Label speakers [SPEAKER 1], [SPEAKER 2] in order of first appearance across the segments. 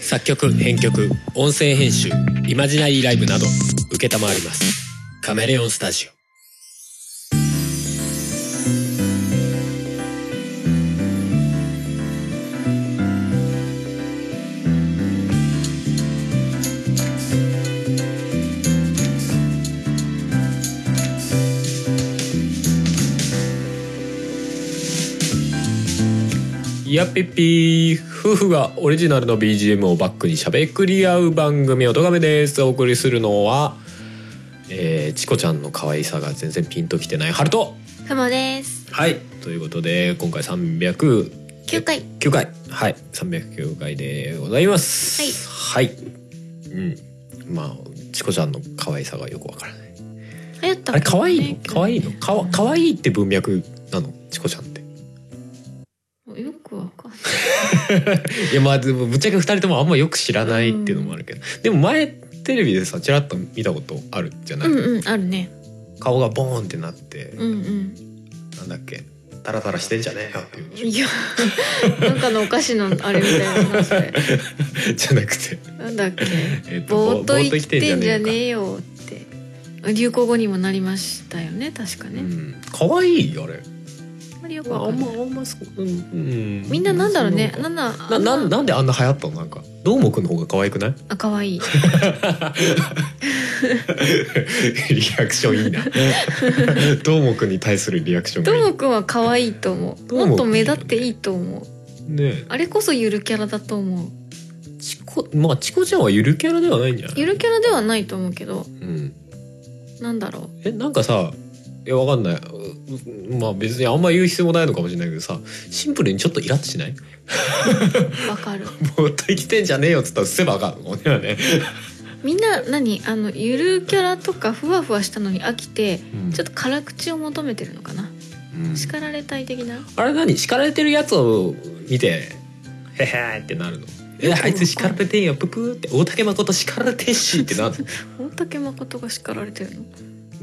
[SPEAKER 1] 作曲編曲音声編集イマジナリーライブなど承りますカメレオンスタジオいやっぴっぴー夫婦がオリジナルの BGM をバックにしゃべくり合う番組「おとがめ」ですお送りするのは、えー、チコちゃんの可愛さが全然ピンときてないハルト
[SPEAKER 2] かもです。
[SPEAKER 1] はいということで今回309
[SPEAKER 2] 9回
[SPEAKER 1] 9回はい309回でございますはい、うんまあチコちゃんの可愛さがよくわからない
[SPEAKER 2] 流行った
[SPEAKER 1] あれ可愛いの可愛い
[SPEAKER 2] の
[SPEAKER 1] のかわ可愛いって文脈なのチコちゃんって
[SPEAKER 2] よくわかんない
[SPEAKER 1] いやまあでもぶっちゃけ2人ともあんまよく知らないっていうのもあるけど、でも前テレビでさちらっと見たことあるじゃない、
[SPEAKER 2] うんうんあるね
[SPEAKER 1] 顔がボーンってなって、
[SPEAKER 2] うんうん
[SPEAKER 1] なんだっけタラタラしてんじゃねえよっていう
[SPEAKER 2] いやなんかのお菓子のあれみたいな話で
[SPEAKER 1] じゃなくて、
[SPEAKER 2] なんだっけ
[SPEAKER 1] えっ
[SPEAKER 2] ぼーっと
[SPEAKER 1] ぼ
[SPEAKER 2] 言っ
[SPEAKER 1] 生きて
[SPEAKER 2] てんじゃ
[SPEAKER 1] の
[SPEAKER 2] ね
[SPEAKER 1] か
[SPEAKER 2] えよって流行語にもなりましたよね確かね、
[SPEAKER 1] うん、可愛いあれ
[SPEAKER 2] あんまりよくわ
[SPEAKER 1] あ
[SPEAKER 2] か
[SPEAKER 1] ん
[SPEAKER 2] んな
[SPEAKER 1] ま
[SPEAKER 2] い
[SPEAKER 1] あんまそう、うんうん、
[SPEAKER 2] みんななんだろうね
[SPEAKER 1] そ
[SPEAKER 2] なんだ
[SPEAKER 1] なななんであんな流行ったのなんかどーもくんの方が可愛くない
[SPEAKER 2] あ可愛い
[SPEAKER 1] リアクションいい な どーもくんに対するリアクション
[SPEAKER 2] ど
[SPEAKER 1] がいい
[SPEAKER 2] ーもくんは可愛いと思
[SPEAKER 1] どーもく
[SPEAKER 2] う
[SPEAKER 1] ん
[SPEAKER 2] もっと目立っていいと思う
[SPEAKER 1] ね
[SPEAKER 2] あれこそゆるキャラだと思う
[SPEAKER 1] えチコまあチコちゃんはゆるキャラではないんじゃない
[SPEAKER 2] ゆるキャラではないと思うけど
[SPEAKER 1] うん
[SPEAKER 2] なんだろ
[SPEAKER 1] えなんかさいやわかんないううまあ別にあんま言う必要もないのかもしれないけどさシンプルにちょっとイラッとしないう
[SPEAKER 2] わかる
[SPEAKER 1] ぼーっと生きてんじゃねえよっつったらせばあかんのねね、
[SPEAKER 2] みんな何あのゆるキャラとかふわふわしたのに飽きてちょっと辛口を求めてるのかな
[SPEAKER 1] うん
[SPEAKER 2] 叱られたい的な
[SPEAKER 1] あれ何叱られてるやつを見て「へへ」ってなるのえあいつ叱られてんよププーって大竹誠叱られてんしってなる の
[SPEAKER 2] 大竹誠が叱られてるの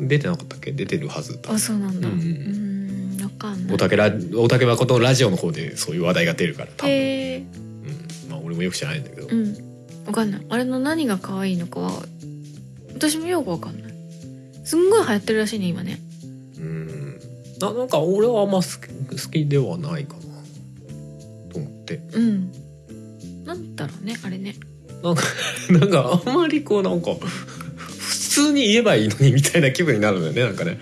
[SPEAKER 1] 出てなかったっけ出てるはずだ
[SPEAKER 2] あそうなんだ
[SPEAKER 1] う
[SPEAKER 2] うん
[SPEAKER 1] うん
[SPEAKER 2] ーんわかんな
[SPEAKER 1] 大
[SPEAKER 2] い
[SPEAKER 1] 竹ラ大竹誠のラジオの方でそういう話題が出るから多分、
[SPEAKER 2] へえ
[SPEAKER 1] うん、まあ俺もよく知らないんだけど、
[SPEAKER 2] うんわかんないあれの何が可愛いのかは私もよくわかんないすんごい流行ってるらしいね今ね
[SPEAKER 1] うんななんか俺はあんま好き好きではないかなと思って
[SPEAKER 2] うんなんだろうねあれね
[SPEAKER 1] なんかなんかあんまりこうなんか普通に言えばいいのにみたいな気分になるんだよねなんかね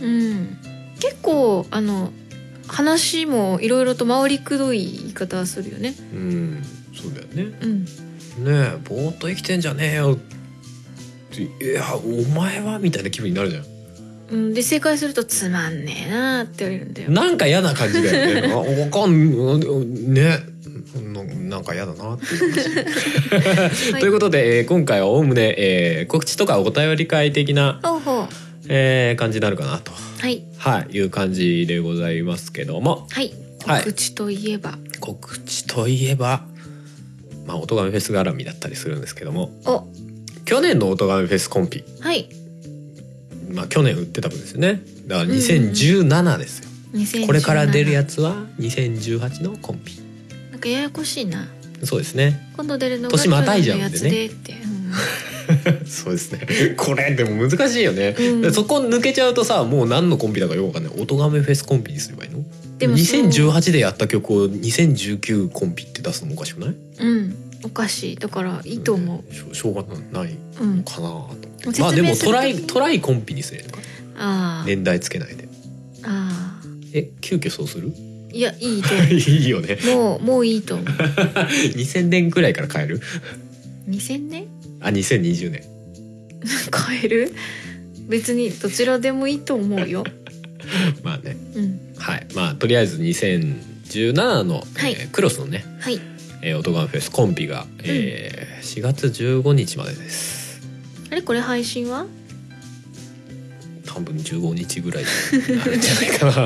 [SPEAKER 2] うん結構あの話もいろいろと回りくどい言い方するよね
[SPEAKER 1] うんそうだよね
[SPEAKER 2] うん
[SPEAKER 1] ねえぼーっと生きてんじゃねえよっていやお前はみたいな気分になるじゃ
[SPEAKER 2] うん、で正解すると「つまんねえな」って言われるんだよ
[SPEAKER 1] ん。なんか嫌な感じだよねあわかんねななんか嫌だなっていう感じ
[SPEAKER 2] は
[SPEAKER 1] ということで、えー今回はおおむね、えー告知とかお便り会的な、
[SPEAKER 2] ほうほ
[SPEAKER 1] えー感じになるかなと、
[SPEAKER 2] うはい
[SPEAKER 1] はい、いう感じでございますけども
[SPEAKER 2] はい
[SPEAKER 1] はい
[SPEAKER 2] 告知といえば、
[SPEAKER 1] 告知といえばまあ音がめフェス絡みだったりするんですけども
[SPEAKER 2] お
[SPEAKER 1] 去年の音がめフェスコンピ、
[SPEAKER 2] はい
[SPEAKER 1] まあ、去年売ってた分ですよねだから2017ですよ、
[SPEAKER 2] 2017
[SPEAKER 1] これから出るやつは2018のコンピ
[SPEAKER 2] なんかややこしいな
[SPEAKER 1] そうですね
[SPEAKER 2] 今度出るのが
[SPEAKER 1] 年またいじゃうんで
[SPEAKER 2] 去
[SPEAKER 1] ね
[SPEAKER 2] 年のやつでって、うん
[SPEAKER 1] そうですねこれでも難しいよね、
[SPEAKER 2] うん
[SPEAKER 1] で そこ抜けちゃうとさもう何のコンピだかよくわかんない音がめフェスコンピにすればいいの
[SPEAKER 2] でもそう
[SPEAKER 1] 2018でやった曲を2019コンピって出すのもおかしくない
[SPEAKER 2] うんおかしいだからいいと思
[SPEAKER 1] しょしょうがないの
[SPEAKER 2] う、うん、
[SPEAKER 1] かなと
[SPEAKER 2] 説明する時
[SPEAKER 1] まあでもトライトライコンピにすればいいのか
[SPEAKER 2] あー
[SPEAKER 1] 年代つけないで
[SPEAKER 2] あ
[SPEAKER 1] え急遽そうする
[SPEAKER 2] ーいやい いと
[SPEAKER 1] いいよね
[SPEAKER 2] 思うもうもういいと思う
[SPEAKER 1] 2000年くらいから変える
[SPEAKER 2] 2000年
[SPEAKER 1] あ2020年
[SPEAKER 2] 変える別にどちらでもいいと思うよ、
[SPEAKER 1] まあね
[SPEAKER 2] うん、
[SPEAKER 1] はい、まあとりあえず2017の、
[SPEAKER 2] はい
[SPEAKER 1] えークロスのね、
[SPEAKER 2] はい
[SPEAKER 1] えー、オトガンフェスコンピが、えー4月15日までです。
[SPEAKER 2] あれこれ配信は
[SPEAKER 1] 多分15日ぐらいになるんじゃない かな。そ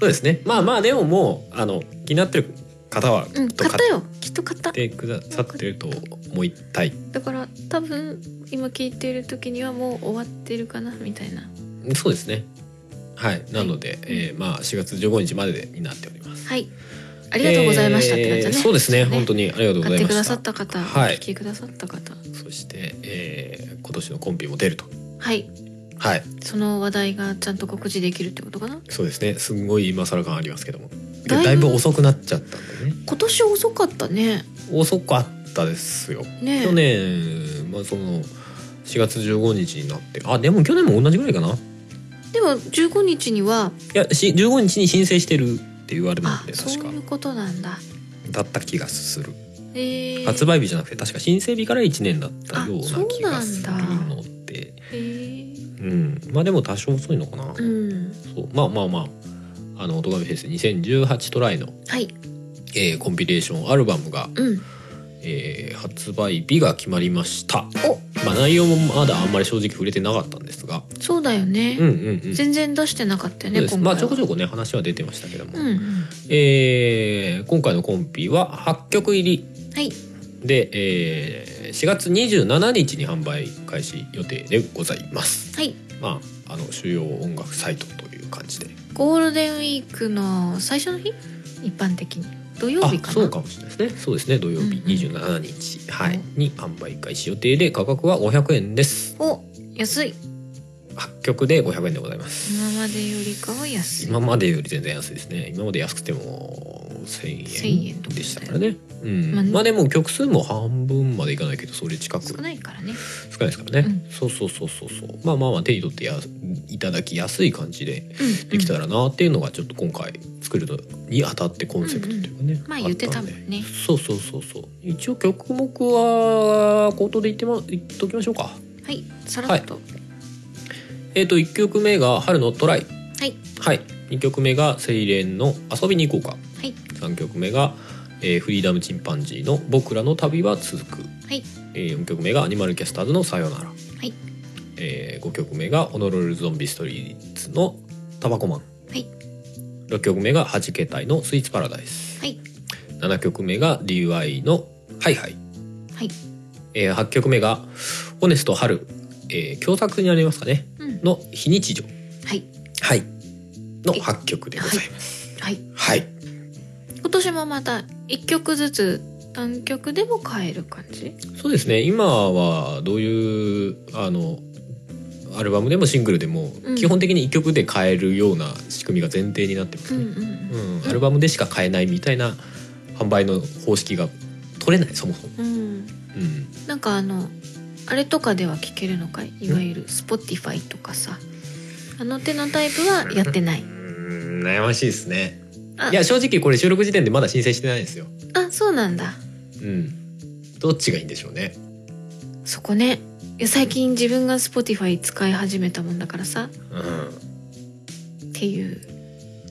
[SPEAKER 1] うですね。まあまあでももうあの気になってる方は
[SPEAKER 2] うん、
[SPEAKER 1] と
[SPEAKER 2] 買ったよ。きっと買った
[SPEAKER 1] 買。ってくださってると思いたい。
[SPEAKER 2] だから多分今聞いてる時にはもう終わってるかなみたいな。
[SPEAKER 1] そうですね。はい。なので、
[SPEAKER 2] い
[SPEAKER 1] えーまあ4月15日までになっております。
[SPEAKER 2] はい。ありがとうございましたって感じだね、
[SPEAKER 1] えーそうですね
[SPEAKER 2] ね
[SPEAKER 1] 本当にありがとうござ
[SPEAKER 2] 買っ
[SPEAKER 1] いま
[SPEAKER 2] てくだ
[SPEAKER 1] し
[SPEAKER 2] さ
[SPEAKER 1] た
[SPEAKER 2] った方、
[SPEAKER 1] はい
[SPEAKER 2] 聞きくださった方
[SPEAKER 1] そして、えー今年のコンビも出ると
[SPEAKER 2] はい
[SPEAKER 1] はい
[SPEAKER 2] その話題がちゃんと告知できるってことかな
[SPEAKER 1] そうですねすんごい今更感ありますけども
[SPEAKER 2] だい
[SPEAKER 1] だい
[SPEAKER 2] ぶ
[SPEAKER 1] ぶ遅くなっちゃったんでね
[SPEAKER 2] 今年遅かったね
[SPEAKER 1] 遅かったですよ
[SPEAKER 2] ね
[SPEAKER 1] 去年、まあ、その4月15日になってあでも去年も同じぐらいかない
[SPEAKER 2] でも15日には
[SPEAKER 1] やし15日に申請してるって言われる
[SPEAKER 2] あ
[SPEAKER 1] んで
[SPEAKER 2] そう
[SPEAKER 1] 確か
[SPEAKER 2] いうことなんだ、
[SPEAKER 1] だった気がする
[SPEAKER 2] えー、
[SPEAKER 1] 発売日じゃなくて確か申請日から1年だったよう
[SPEAKER 2] あそうな
[SPEAKER 1] なん
[SPEAKER 2] だ
[SPEAKER 1] 気がするので
[SPEAKER 2] えー
[SPEAKER 1] うんまあでも多少遅いのかな、
[SPEAKER 2] うん
[SPEAKER 1] そうまあまあまああの「オトガメフェス2018トライの」
[SPEAKER 2] はい
[SPEAKER 1] えーコンピレーションアルバムが、
[SPEAKER 2] うん
[SPEAKER 1] えー発売日が決まりました
[SPEAKER 2] お
[SPEAKER 1] まあ内容もまだあんまり正直触れてなかったんですが
[SPEAKER 2] そうだよね、
[SPEAKER 1] うんうんうん
[SPEAKER 2] 全然出してなかったよ
[SPEAKER 1] そう
[SPEAKER 2] ね
[SPEAKER 1] です
[SPEAKER 2] 今回
[SPEAKER 1] ま
[SPEAKER 2] は
[SPEAKER 1] あちょこちょこね話は出てましたけども、
[SPEAKER 2] うんうん
[SPEAKER 1] えー今回のコンピは8曲入り
[SPEAKER 2] はい
[SPEAKER 1] で、えー4月27日に販売開始予定でございます
[SPEAKER 2] はい
[SPEAKER 1] まああの主要音楽サイトという感じで
[SPEAKER 2] ゴールデンウィークの最初の日一般的に土曜
[SPEAKER 1] あ
[SPEAKER 2] 日かな
[SPEAKER 1] そうかもしれないですねそうですね土曜日
[SPEAKER 2] うんうん
[SPEAKER 1] 27日、は
[SPEAKER 2] う
[SPEAKER 1] い
[SPEAKER 2] ん、
[SPEAKER 1] に販売開始予定で価格は500円です
[SPEAKER 2] お安い
[SPEAKER 1] 8曲で500円でございます
[SPEAKER 2] 今までよりかは安い
[SPEAKER 1] 今までより全然安いですね今まで安くても
[SPEAKER 2] 1000
[SPEAKER 1] 1000
[SPEAKER 2] 円
[SPEAKER 1] 円
[SPEAKER 2] とかだよね
[SPEAKER 1] でしたからねうん
[SPEAKER 2] まあね
[SPEAKER 1] まあでも曲数も半分までいかないけどそれ近く
[SPEAKER 2] 少
[SPEAKER 1] 少
[SPEAKER 2] ないからね
[SPEAKER 1] ないですからね、
[SPEAKER 2] う
[SPEAKER 1] そうそうそうそうそうまあまあまあ手に取ってやいただきやすい感じで
[SPEAKER 2] うんうん
[SPEAKER 1] できたらなっていうのがちょっと今回作るのにあたってコンセプトというかね、
[SPEAKER 2] まあ言ってたも
[SPEAKER 1] あ
[SPEAKER 2] んね
[SPEAKER 1] たんでそうそうそうそう一応曲目は口頭で言って、ま、言っときましょうか
[SPEAKER 2] はいさらっと
[SPEAKER 1] えっ、と1曲目が「春のトライ
[SPEAKER 2] はい」
[SPEAKER 1] はい2曲目が「セイレンの遊びに行こうか」
[SPEAKER 2] はい
[SPEAKER 1] 3曲目が、えーフリーダムチンパンジーの「僕らの旅は続く」
[SPEAKER 2] はい
[SPEAKER 1] えー、4曲目がアニマルキャスターズの「さよなら」
[SPEAKER 2] はい
[SPEAKER 1] えー、5曲目が「オノロルゾンビストリーツ」の「タバコマン」
[SPEAKER 2] はい
[SPEAKER 1] 6曲目が「はじけたい」の「スイーツパラダイス
[SPEAKER 2] はい」
[SPEAKER 1] 7曲目が DY の「ハイハイ
[SPEAKER 2] はい」
[SPEAKER 1] えー、8曲目が「オネスト春」えー、共作になりますかね
[SPEAKER 2] うん
[SPEAKER 1] の「非日常」
[SPEAKER 2] はい
[SPEAKER 1] はいの8曲でございます。
[SPEAKER 2] はい
[SPEAKER 1] はい、
[SPEAKER 2] 今年もまた一曲ずつ単曲でも変える感じ
[SPEAKER 1] そうですね今はどういうあのアルバムでもシングルでも、
[SPEAKER 2] うん
[SPEAKER 1] 基本的に1曲で買えるような仕組みが前提になってま
[SPEAKER 2] う
[SPEAKER 1] すね、
[SPEAKER 2] んうん
[SPEAKER 1] うんアルバムでしか買えないみたいな販売の方式が取れないそもそも、
[SPEAKER 2] うん、うん、
[SPEAKER 1] うん、
[SPEAKER 2] なんかあのあれとかでは聴けるのかいいわゆる Spotify とかさあの手のタイプはやってないう
[SPEAKER 1] ーん悩ましいですね
[SPEAKER 2] あ
[SPEAKER 1] いや正直これ収録時点でまだ申請してないんですよ、
[SPEAKER 2] あそうなんだ
[SPEAKER 1] うん、どっちがいいんでしょうね
[SPEAKER 2] そこねいや最近自分が Spotify 使い始めたもんだからさ
[SPEAKER 1] うん
[SPEAKER 2] っていう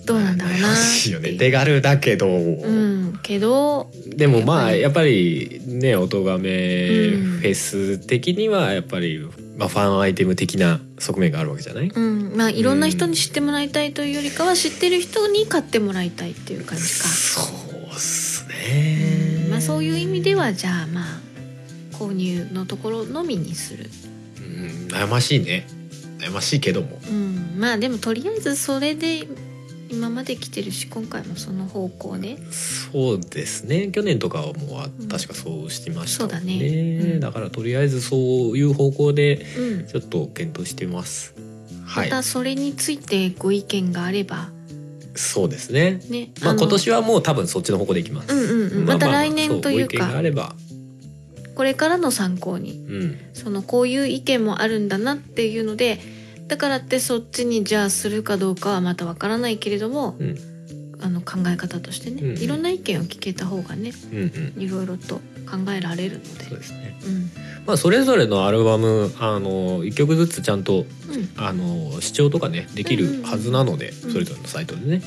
[SPEAKER 2] どうなんだろうな
[SPEAKER 1] 悩ま
[SPEAKER 2] って
[SPEAKER 1] し
[SPEAKER 2] い
[SPEAKER 1] いうよね手軽だけど、
[SPEAKER 2] うんけど
[SPEAKER 1] でもまあ
[SPEAKER 2] や
[SPEAKER 1] やっぱりね音がめ
[SPEAKER 2] うん
[SPEAKER 1] フェス的にはやっぱり、まあ、ファンアイテム的な側面があるわけじゃない、
[SPEAKER 2] うんまあいろんな人に知ってもらいたいというよりかは知ってる人に買ってもらいたいっていう感じか、
[SPEAKER 1] そうっす
[SPEAKER 2] う
[SPEAKER 1] ね
[SPEAKER 2] んまあそういう意味ではじゃあまあ購入のところのみにする
[SPEAKER 1] うん悩ましいね悩ましいけども
[SPEAKER 2] うんまあでもとりあえずそれで今まで来てるし今回もその方向で
[SPEAKER 1] そうですね去年とかはもう確かそうしてましたもん
[SPEAKER 2] うんそうだねうん
[SPEAKER 1] だからとりあえずそういう方向で
[SPEAKER 2] うん
[SPEAKER 1] ちょっと検討してますは
[SPEAKER 2] ま
[SPEAKER 1] い
[SPEAKER 2] たそれについてご意見があれば
[SPEAKER 1] そうですね
[SPEAKER 2] ね
[SPEAKER 1] まあ
[SPEAKER 2] の
[SPEAKER 1] 今年はもう多分そっちの方向でいきます、
[SPEAKER 2] うんうんうんまた来年という
[SPEAKER 1] そご意見があ
[SPEAKER 2] か
[SPEAKER 1] れば
[SPEAKER 2] これからの参考に
[SPEAKER 1] うん
[SPEAKER 2] そのこういう意見もあるんだなっていうのでだからってそっちにじゃあするかどうかはまたわからないけれども
[SPEAKER 1] うん
[SPEAKER 2] あの考え方としてね、
[SPEAKER 1] うんうん
[SPEAKER 2] いろんな意見を聞けた方がね
[SPEAKER 1] うんうん
[SPEAKER 2] いろいろと考えられるの
[SPEAKER 1] そう
[SPEAKER 2] で
[SPEAKER 1] ですね。
[SPEAKER 2] うん
[SPEAKER 1] まあそれぞれのアルバムあの一曲ずつちゃんと
[SPEAKER 2] うん
[SPEAKER 1] あの視聴とかねでき
[SPEAKER 2] うんうん
[SPEAKER 1] るはずなので、
[SPEAKER 2] うん
[SPEAKER 1] それぞれのサイトでね。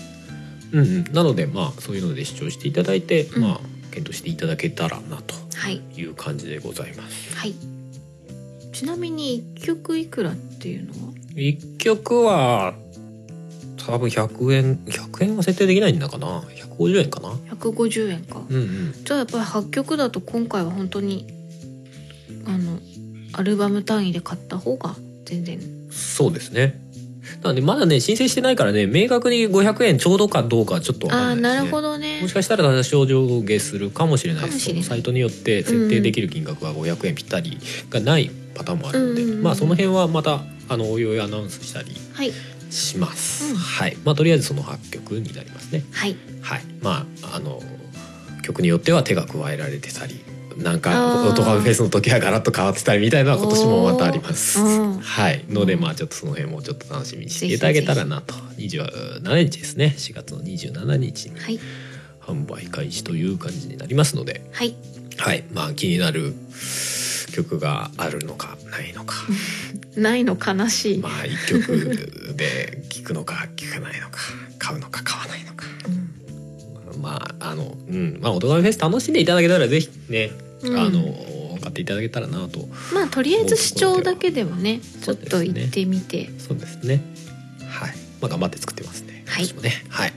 [SPEAKER 1] うんうん。なのでまあそういうので視聴していただいて、
[SPEAKER 2] ん
[SPEAKER 1] まあ検討していただけたらなと
[SPEAKER 2] はい
[SPEAKER 1] いう感じでございます。
[SPEAKER 2] はいちなみに一曲いくらっていうのは
[SPEAKER 1] 一曲は多分100円100円は設定できないんだかな150円かな。
[SPEAKER 2] 150円か
[SPEAKER 1] うんうん。
[SPEAKER 2] じゃあやっぱり8曲だと今回は本当にあのアルバム単位で買った方が全然
[SPEAKER 1] そうですね。まあね、まだね申請してないからね明確に500円ちょうどかどうかはちょっとわ
[SPEAKER 2] あ
[SPEAKER 1] か
[SPEAKER 2] あ
[SPEAKER 1] んない
[SPEAKER 2] な
[SPEAKER 1] です、ね、
[SPEAKER 2] るほどね
[SPEAKER 1] もしかしたら多少上下するかもしれないで
[SPEAKER 2] かも
[SPEAKER 1] す
[SPEAKER 2] しれない
[SPEAKER 1] そのサイトによって設定できる金額が500円ぴったりがないパターンもあるので、
[SPEAKER 2] うんうんうん
[SPEAKER 1] まあその辺はまたあのおいおいアナウンスしたり
[SPEAKER 2] はい
[SPEAKER 1] します、
[SPEAKER 2] うん
[SPEAKER 1] はいまあとりあえずその8曲になりますね
[SPEAKER 2] はい
[SPEAKER 1] はいまああの曲によっては手が加えられてたりなん
[SPEAKER 2] あ
[SPEAKER 1] か
[SPEAKER 2] ー
[SPEAKER 1] オトカフェスの時はガラッと変わってたりみたいなのは今年もまたあります、
[SPEAKER 2] おーうん
[SPEAKER 1] はいので
[SPEAKER 2] うん
[SPEAKER 1] まあちょっとその辺もちょっと楽しみにしていただけたらなと27日ですね4月の27日に
[SPEAKER 2] はい
[SPEAKER 1] 販売開始という感じになりますので、
[SPEAKER 2] はい
[SPEAKER 1] はい、まあ気になる曲があるのかないの か、
[SPEAKER 2] ないの悲しい、
[SPEAKER 1] まあ一曲で聴くのか聴かないのか、買うのか買わないのか、
[SPEAKER 2] うん
[SPEAKER 1] まああのうん、まあ音楽フェス楽しんでいただけたらぜひね、
[SPEAKER 2] うん
[SPEAKER 1] あの買っていただけたらなと、
[SPEAKER 2] まあとりあえず視聴だけでもねち
[SPEAKER 1] そう
[SPEAKER 2] ょっ
[SPEAKER 1] ですね
[SPEAKER 2] と行ってみて、
[SPEAKER 1] そうですね。はい、まあ頑張って作ってますね。
[SPEAKER 2] はい
[SPEAKER 1] 私もね、はい。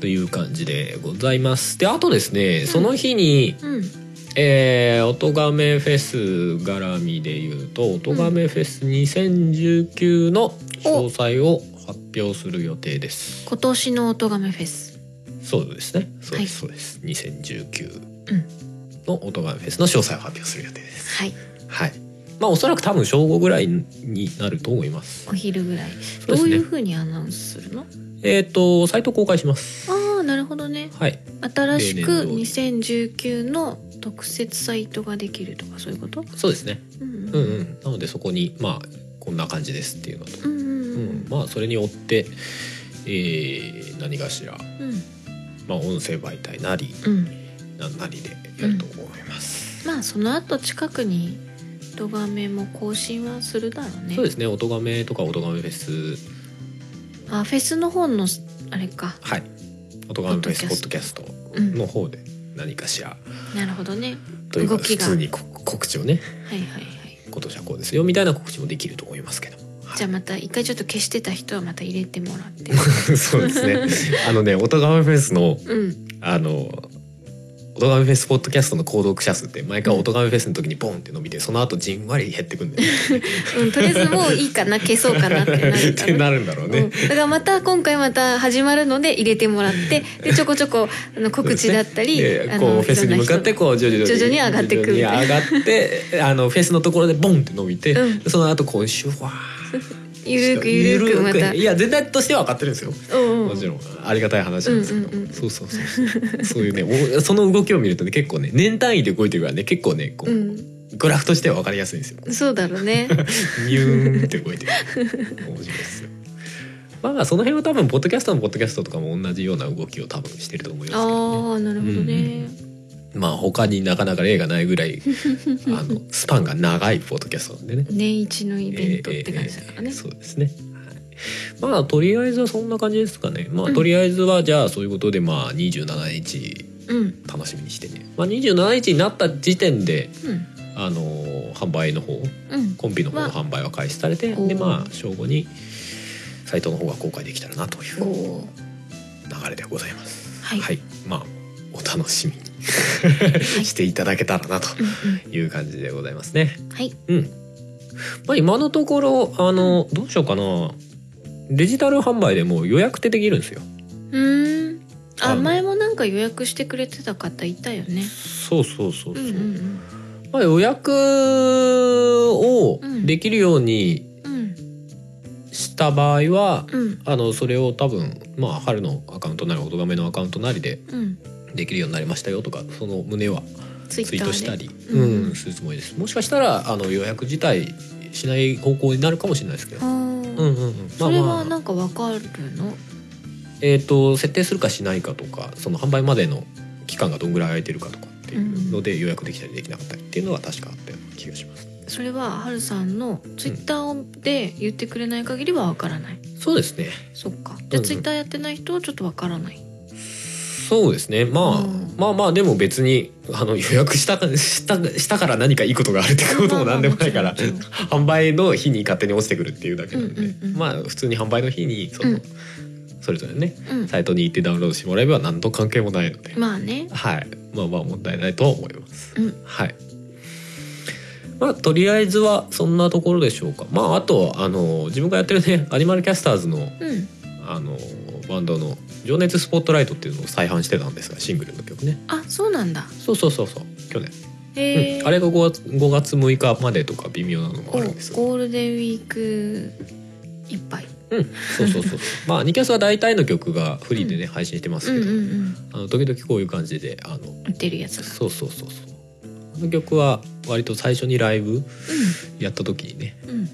[SPEAKER 1] という感じでございます。であとですね、その日に、
[SPEAKER 2] うん
[SPEAKER 1] えー、音亀フェス絡みで言うと音亀フェス2019の詳細を発表する予定です。
[SPEAKER 2] 今年の音亀フェス
[SPEAKER 1] そうですね。そうです、そうです。2019
[SPEAKER 2] うん
[SPEAKER 1] の音亀フェスの詳細を発表する予定です。
[SPEAKER 2] はい
[SPEAKER 1] はい。まあおそらく多分正午ぐらいになると思います。
[SPEAKER 2] お昼ぐらい、
[SPEAKER 1] そ
[SPEAKER 2] ど
[SPEAKER 1] う
[SPEAKER 2] うい
[SPEAKER 1] で
[SPEAKER 2] う
[SPEAKER 1] すね。
[SPEAKER 2] 風にアナウンスするの
[SPEAKER 1] えっ、とサイト公開します。
[SPEAKER 2] ああなるほどね
[SPEAKER 1] はい。
[SPEAKER 2] 新し
[SPEAKER 1] 例
[SPEAKER 2] く
[SPEAKER 1] 年
[SPEAKER 2] 2019の特設サイトができるとかそういうこと
[SPEAKER 1] そうですね。
[SPEAKER 2] うん
[SPEAKER 1] うんうん。なのでそこにまあこんな感じですっていうのと、
[SPEAKER 2] うんう
[SPEAKER 1] うんん、まあそれに追って、えー、何かしら。
[SPEAKER 2] うん
[SPEAKER 1] まあ、音声媒体なり
[SPEAKER 2] うん
[SPEAKER 1] なんなりでやると思います。
[SPEAKER 2] まあその後近くに動画面も更新はするだろうね
[SPEAKER 1] そうですね。音亀とか音亀フェス、
[SPEAKER 2] あフェスの方のあれか
[SPEAKER 1] はい。音亀フェスポッドキャスト
[SPEAKER 2] うん
[SPEAKER 1] の方で何かしら
[SPEAKER 2] なるほどね
[SPEAKER 1] というか
[SPEAKER 2] 動
[SPEAKER 1] 普
[SPEAKER 2] きが
[SPEAKER 1] 通にこ告知をね、
[SPEAKER 2] はいはいはい
[SPEAKER 1] 今年はこうですよみたいな告知もできると思いますけど。はい
[SPEAKER 2] じゃあまた一回ちょっと消してた人はまた入れてもらって
[SPEAKER 1] そうですね。あのね、音亀フェスの
[SPEAKER 2] うん
[SPEAKER 1] あの。音亀フェスポッドキャストの購読者数って毎回音亀フェスの時にボンって伸びてその後じんわり減ってくんだよね
[SPEAKER 2] うんとりあえずもういいかな消そうかなってなる
[SPEAKER 1] っ
[SPEAKER 2] か
[SPEAKER 1] て
[SPEAKER 2] な
[SPEAKER 1] なるんだろうね、
[SPEAKER 2] うん、だからまた今回また始まるので入れてもらってでちょこちょこあの告知だったり、
[SPEAKER 1] そうですね
[SPEAKER 2] あ
[SPEAKER 1] で
[SPEAKER 2] の
[SPEAKER 1] こうフェスに向かって
[SPEAKER 2] い
[SPEAKER 1] こう徐々に
[SPEAKER 2] 徐々に上がってくる
[SPEAKER 1] 徐々に上がってあのフェスのところでボンって伸びて、
[SPEAKER 2] うん
[SPEAKER 1] その後今週わー
[SPEAKER 2] ろん な人ゆるくゆるくまた
[SPEAKER 1] いや全体としては上がってるんですよ
[SPEAKER 2] うんうん
[SPEAKER 1] もちろんありがたい話なんですけど、
[SPEAKER 2] うんうんうん
[SPEAKER 1] そうそうそうそうそういうねおその動きを見るとね結構ね年単位で動いてるからね結構ねこう、
[SPEAKER 2] う
[SPEAKER 1] グラフとしては分かりやすいんですよ
[SPEAKER 2] んそうだろうね
[SPEAKER 1] ニューンって動いてる面白いですよまあその辺は多分ポッドキャストのポッドキャストとかも同じような動きを多分してると思いますけどね
[SPEAKER 2] ああなるほどね、
[SPEAKER 1] まあ他になかなか例がないぐら いあのスパンが長いポッドキャストなんでね。
[SPEAKER 2] 年一のイベントって感じだか
[SPEAKER 1] えーえーえ
[SPEAKER 2] らね
[SPEAKER 1] ー、そうですね。はいまあとりあえずはそんな感じですかね。まあ
[SPEAKER 2] うん
[SPEAKER 1] とりあえずはじゃあそういうことでまあ27日
[SPEAKER 2] うん
[SPEAKER 1] 楽しみにしてね。まあ27日になった時点で
[SPEAKER 2] うん
[SPEAKER 1] あのー販売の方
[SPEAKER 2] うん
[SPEAKER 1] コンビの方の
[SPEAKER 2] は
[SPEAKER 1] 販売は開始されて
[SPEAKER 2] おー
[SPEAKER 1] でまあ正午にサイトの方が公開できたらなという
[SPEAKER 2] お
[SPEAKER 1] 流
[SPEAKER 2] おー
[SPEAKER 1] れでございます。
[SPEAKER 2] はい、
[SPEAKER 1] はい、まあお楽しみに していただけたらなと。
[SPEAKER 2] うんう
[SPEAKER 1] いう感じでございますね。
[SPEAKER 2] ん、はい
[SPEAKER 1] うん。まあ今のところあのどうしようかな。デジタル販売でもう予約ってできるんですよ。
[SPEAKER 2] うーんあ
[SPEAKER 1] あの
[SPEAKER 2] 前もなんか予約してくれてた方いたよね
[SPEAKER 1] そうそうそうそ
[SPEAKER 2] うん
[SPEAKER 1] う。
[SPEAKER 2] うん
[SPEAKER 1] まあ予約をできるように
[SPEAKER 2] うんうん
[SPEAKER 1] した場合は、
[SPEAKER 2] うん
[SPEAKER 1] あのそれを多分まあ春のアカウントなり音亀のアカウントなりで
[SPEAKER 2] うん
[SPEAKER 1] できるようになりましたよとかその旨は
[SPEAKER 2] ツイ
[SPEAKER 1] ツイ
[SPEAKER 2] ッ
[SPEAKER 1] ー
[SPEAKER 2] タ
[SPEAKER 1] トした
[SPEAKER 2] ーで
[SPEAKER 1] り、
[SPEAKER 2] うん
[SPEAKER 1] うん、するつもりです。もしかしたらあの予約自体しない方向になるかもしれないですけ
[SPEAKER 2] あ
[SPEAKER 1] ど。
[SPEAKER 2] ー
[SPEAKER 1] うんうんうん。ま
[SPEAKER 2] そ
[SPEAKER 1] あ
[SPEAKER 2] れ
[SPEAKER 1] ま
[SPEAKER 2] は
[SPEAKER 1] あ
[SPEAKER 2] なんかわかるの
[SPEAKER 1] えー、と設定するかしないかとかその販売までの期間がどんぐらい空いてるかとかっていうので予約できたりできなかったりっていうのは確かあったような気がします。
[SPEAKER 2] それははるさんのツイッターで言ってくれない限りはわからない、
[SPEAKER 1] そうですね
[SPEAKER 2] そっかじ
[SPEAKER 1] うんう
[SPEAKER 2] ゃあ
[SPEAKER 1] ん
[SPEAKER 2] ツイッターやってない人はちょっとわからない
[SPEAKER 1] そうですねまあ、
[SPEAKER 2] うん
[SPEAKER 1] まあまあでも別にあの予約したかしたしたから何かいいことがあるって こともなんでもないから
[SPEAKER 2] まあまあもちろんも
[SPEAKER 1] 販売の日に勝手に落ちてくるっていうだけなんで、
[SPEAKER 2] うんうんうん
[SPEAKER 1] まあ普通に販売の日にその、
[SPEAKER 2] うん
[SPEAKER 1] それぞれね
[SPEAKER 2] うん
[SPEAKER 1] サイトに行ってダウンロードしてもらえれば何と関係もないので、
[SPEAKER 2] まあね
[SPEAKER 1] はいまあまあ問題ないとは思います。
[SPEAKER 2] うん
[SPEAKER 1] はい。まあとりあえずはそんなところでしょうかまああとあの自分がやってるねアニマルキャスターズの
[SPEAKER 2] うん
[SPEAKER 1] あのバンドの「情熱スポットライト」っていうのを再販してたんですがシングルの曲ね
[SPEAKER 2] あそうなんだ
[SPEAKER 1] そうそうそうそう去年、
[SPEAKER 2] へえ、
[SPEAKER 1] うん、あれが5月 ,5 月6日までとか微妙なのも
[SPEAKER 2] お
[SPEAKER 1] あるんですが
[SPEAKER 2] ゴールデンウィークいっぱい
[SPEAKER 1] そうそう そうまあニキャスは大体の曲がフリーでね、配信してま
[SPEAKER 2] う
[SPEAKER 1] すけ
[SPEAKER 2] んうん
[SPEAKER 1] ど、
[SPEAKER 2] うん
[SPEAKER 1] あの時々こういう感じであの
[SPEAKER 2] 売ってるやつが
[SPEAKER 1] そうそうそうそうあの曲は割と最初にライブやった時にね
[SPEAKER 2] うん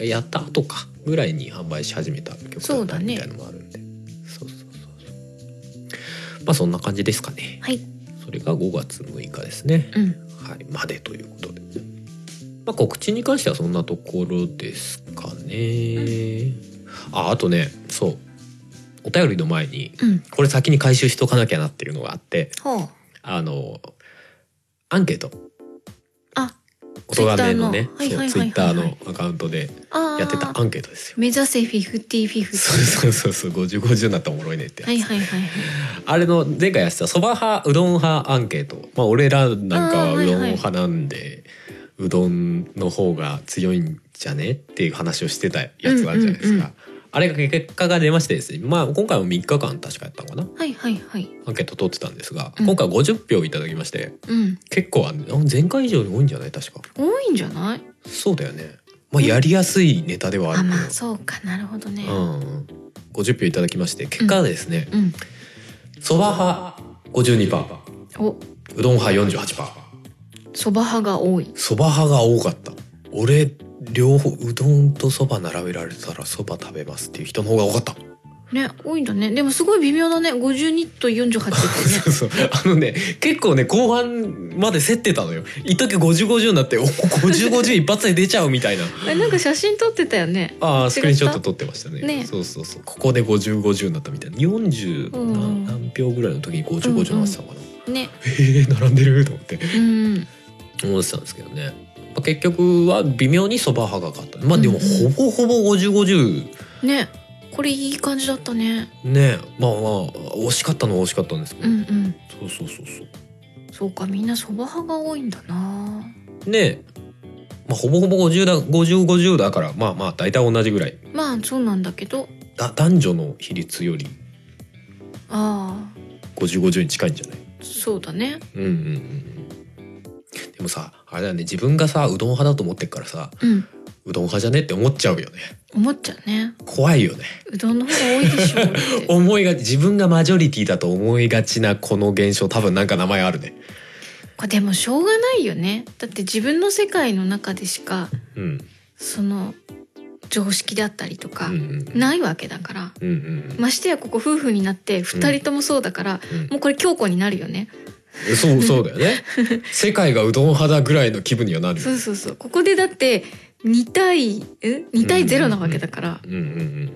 [SPEAKER 2] うん
[SPEAKER 1] やった後かぐらいに販売し始めた曲だ
[SPEAKER 2] そ
[SPEAKER 1] っ
[SPEAKER 2] う
[SPEAKER 1] た
[SPEAKER 2] だ
[SPEAKER 1] み
[SPEAKER 2] ね
[SPEAKER 1] たいのもあるんでそう,、そうそうそうまあそんな感じですかね
[SPEAKER 2] はい
[SPEAKER 1] それが5月6日ですね、
[SPEAKER 2] うん
[SPEAKER 1] はい、までということで、まあ、告知に関してはそんなところですかね、ああとねそうお便りの前に
[SPEAKER 2] うん
[SPEAKER 1] これ先に回収しとかなきゃなっていうのがあって
[SPEAKER 2] ほう
[SPEAKER 1] あのアンケート
[SPEAKER 2] あ
[SPEAKER 1] 音がめのね
[SPEAKER 2] ツイッターのはいはい
[SPEAKER 1] ツイッターの
[SPEAKER 2] はいはいはい
[SPEAKER 1] アカウントで
[SPEAKER 2] あー
[SPEAKER 1] やってたアンケートですよ。
[SPEAKER 2] 目指せフィフティフィフテ
[SPEAKER 1] そう
[SPEAKER 2] ィ
[SPEAKER 1] そうそうそう50、50になったらおもろいねってやつ、
[SPEAKER 2] はいはいはいはい
[SPEAKER 1] あれの前回やってたそば派うどん派アンケート、まあ、俺らなんかは
[SPEAKER 2] あー
[SPEAKER 1] う
[SPEAKER 2] はい
[SPEAKER 1] どん
[SPEAKER 2] はいう
[SPEAKER 1] 派なんで、うどんの方が強いんじゃねっていう話をしてたやつがあるじゃないですか、
[SPEAKER 2] うんうんうん
[SPEAKER 1] あれが結果が出ましてですね、まあ、今回も3日間確かやったのかな
[SPEAKER 2] はいはいはい
[SPEAKER 1] アンケート取ってたんですが、
[SPEAKER 2] うん
[SPEAKER 1] 今回50票いただきまして
[SPEAKER 2] うん
[SPEAKER 1] 結構あの前回以上に多いんじゃない確か
[SPEAKER 2] 多いんじゃない
[SPEAKER 1] そうだよね、まあ、やりやすいネタではある
[SPEAKER 2] あ
[SPEAKER 1] けど
[SPEAKER 2] まあそうかなるほどね
[SPEAKER 1] うん、50票いただきまして結果はですね
[SPEAKER 2] うん
[SPEAKER 1] そば、派52%
[SPEAKER 2] お
[SPEAKER 1] うどん派48%
[SPEAKER 2] そば派が多い
[SPEAKER 1] そば派が多かった俺両方うどんとそば並べられたらそば食べますっていう人の方が多かった、
[SPEAKER 2] ね多いんだねでもすごい微妙だね52と48ってね
[SPEAKER 1] そうそうあのね結構ね後半まで競ってたのよ一時5050になってお5050一発で出ちゃうみたいな
[SPEAKER 2] えなんか写真撮ってたよね
[SPEAKER 1] ああスクリーンショット
[SPEAKER 2] 違っ
[SPEAKER 1] 撮ってましたね
[SPEAKER 2] ね
[SPEAKER 1] そうそうそうここで5050になったみたいな40
[SPEAKER 2] うん
[SPEAKER 1] 何,、何票ぐらいの時に5050になってたのかな、
[SPEAKER 2] たね
[SPEAKER 1] へえ並んでると思って
[SPEAKER 2] うん
[SPEAKER 1] 思ってたんですけどね、まあ、結局は微妙にそば派が勝ったまあでもほぼほぼ5050
[SPEAKER 2] ねこれいい感じだったね
[SPEAKER 1] ねまあまあ惜しかったのは惜しかったんですけ
[SPEAKER 2] う
[SPEAKER 1] ど、
[SPEAKER 2] んうん
[SPEAKER 1] そうそうそうそ
[SPEAKER 2] そうかみんなそば派が多いんだな
[SPEAKER 1] うねまあほぼほぼ50だ5050だからまあまあ大体同じぐらい
[SPEAKER 2] まあそうなんだけど
[SPEAKER 1] だ男女の比率より
[SPEAKER 2] あ
[SPEAKER 1] 5050に近いんじゃない
[SPEAKER 2] あそうだね
[SPEAKER 1] うんうんうんうんでもさあれだよね自分がさうどん派だと思ってっからさ
[SPEAKER 2] うん
[SPEAKER 1] うどん派じゃねって思っちゃうよね
[SPEAKER 2] 思っちゃうね
[SPEAKER 1] 怖いよね
[SPEAKER 2] うどんの方が多いでしょ って
[SPEAKER 1] 思いが自分がマジョリティだと思いがちなこの現象多分なんか名前あるね
[SPEAKER 2] これでもしょうがないよねだって自分の世界の中でしか
[SPEAKER 1] うん
[SPEAKER 2] その常識だったりと
[SPEAKER 1] う
[SPEAKER 2] か
[SPEAKER 1] んうん
[SPEAKER 2] ないわけだから、
[SPEAKER 1] うんうん
[SPEAKER 2] ましてやここ夫婦になって2人ともそうだから、
[SPEAKER 1] うん
[SPEAKER 2] もうこれ強固になるよね、
[SPEAKER 1] そうそうだよね世界がうどん派だぐらいの気分にはなる
[SPEAKER 2] そうそうそうここでだって2対ん2対0なわけだから
[SPEAKER 1] うんうんう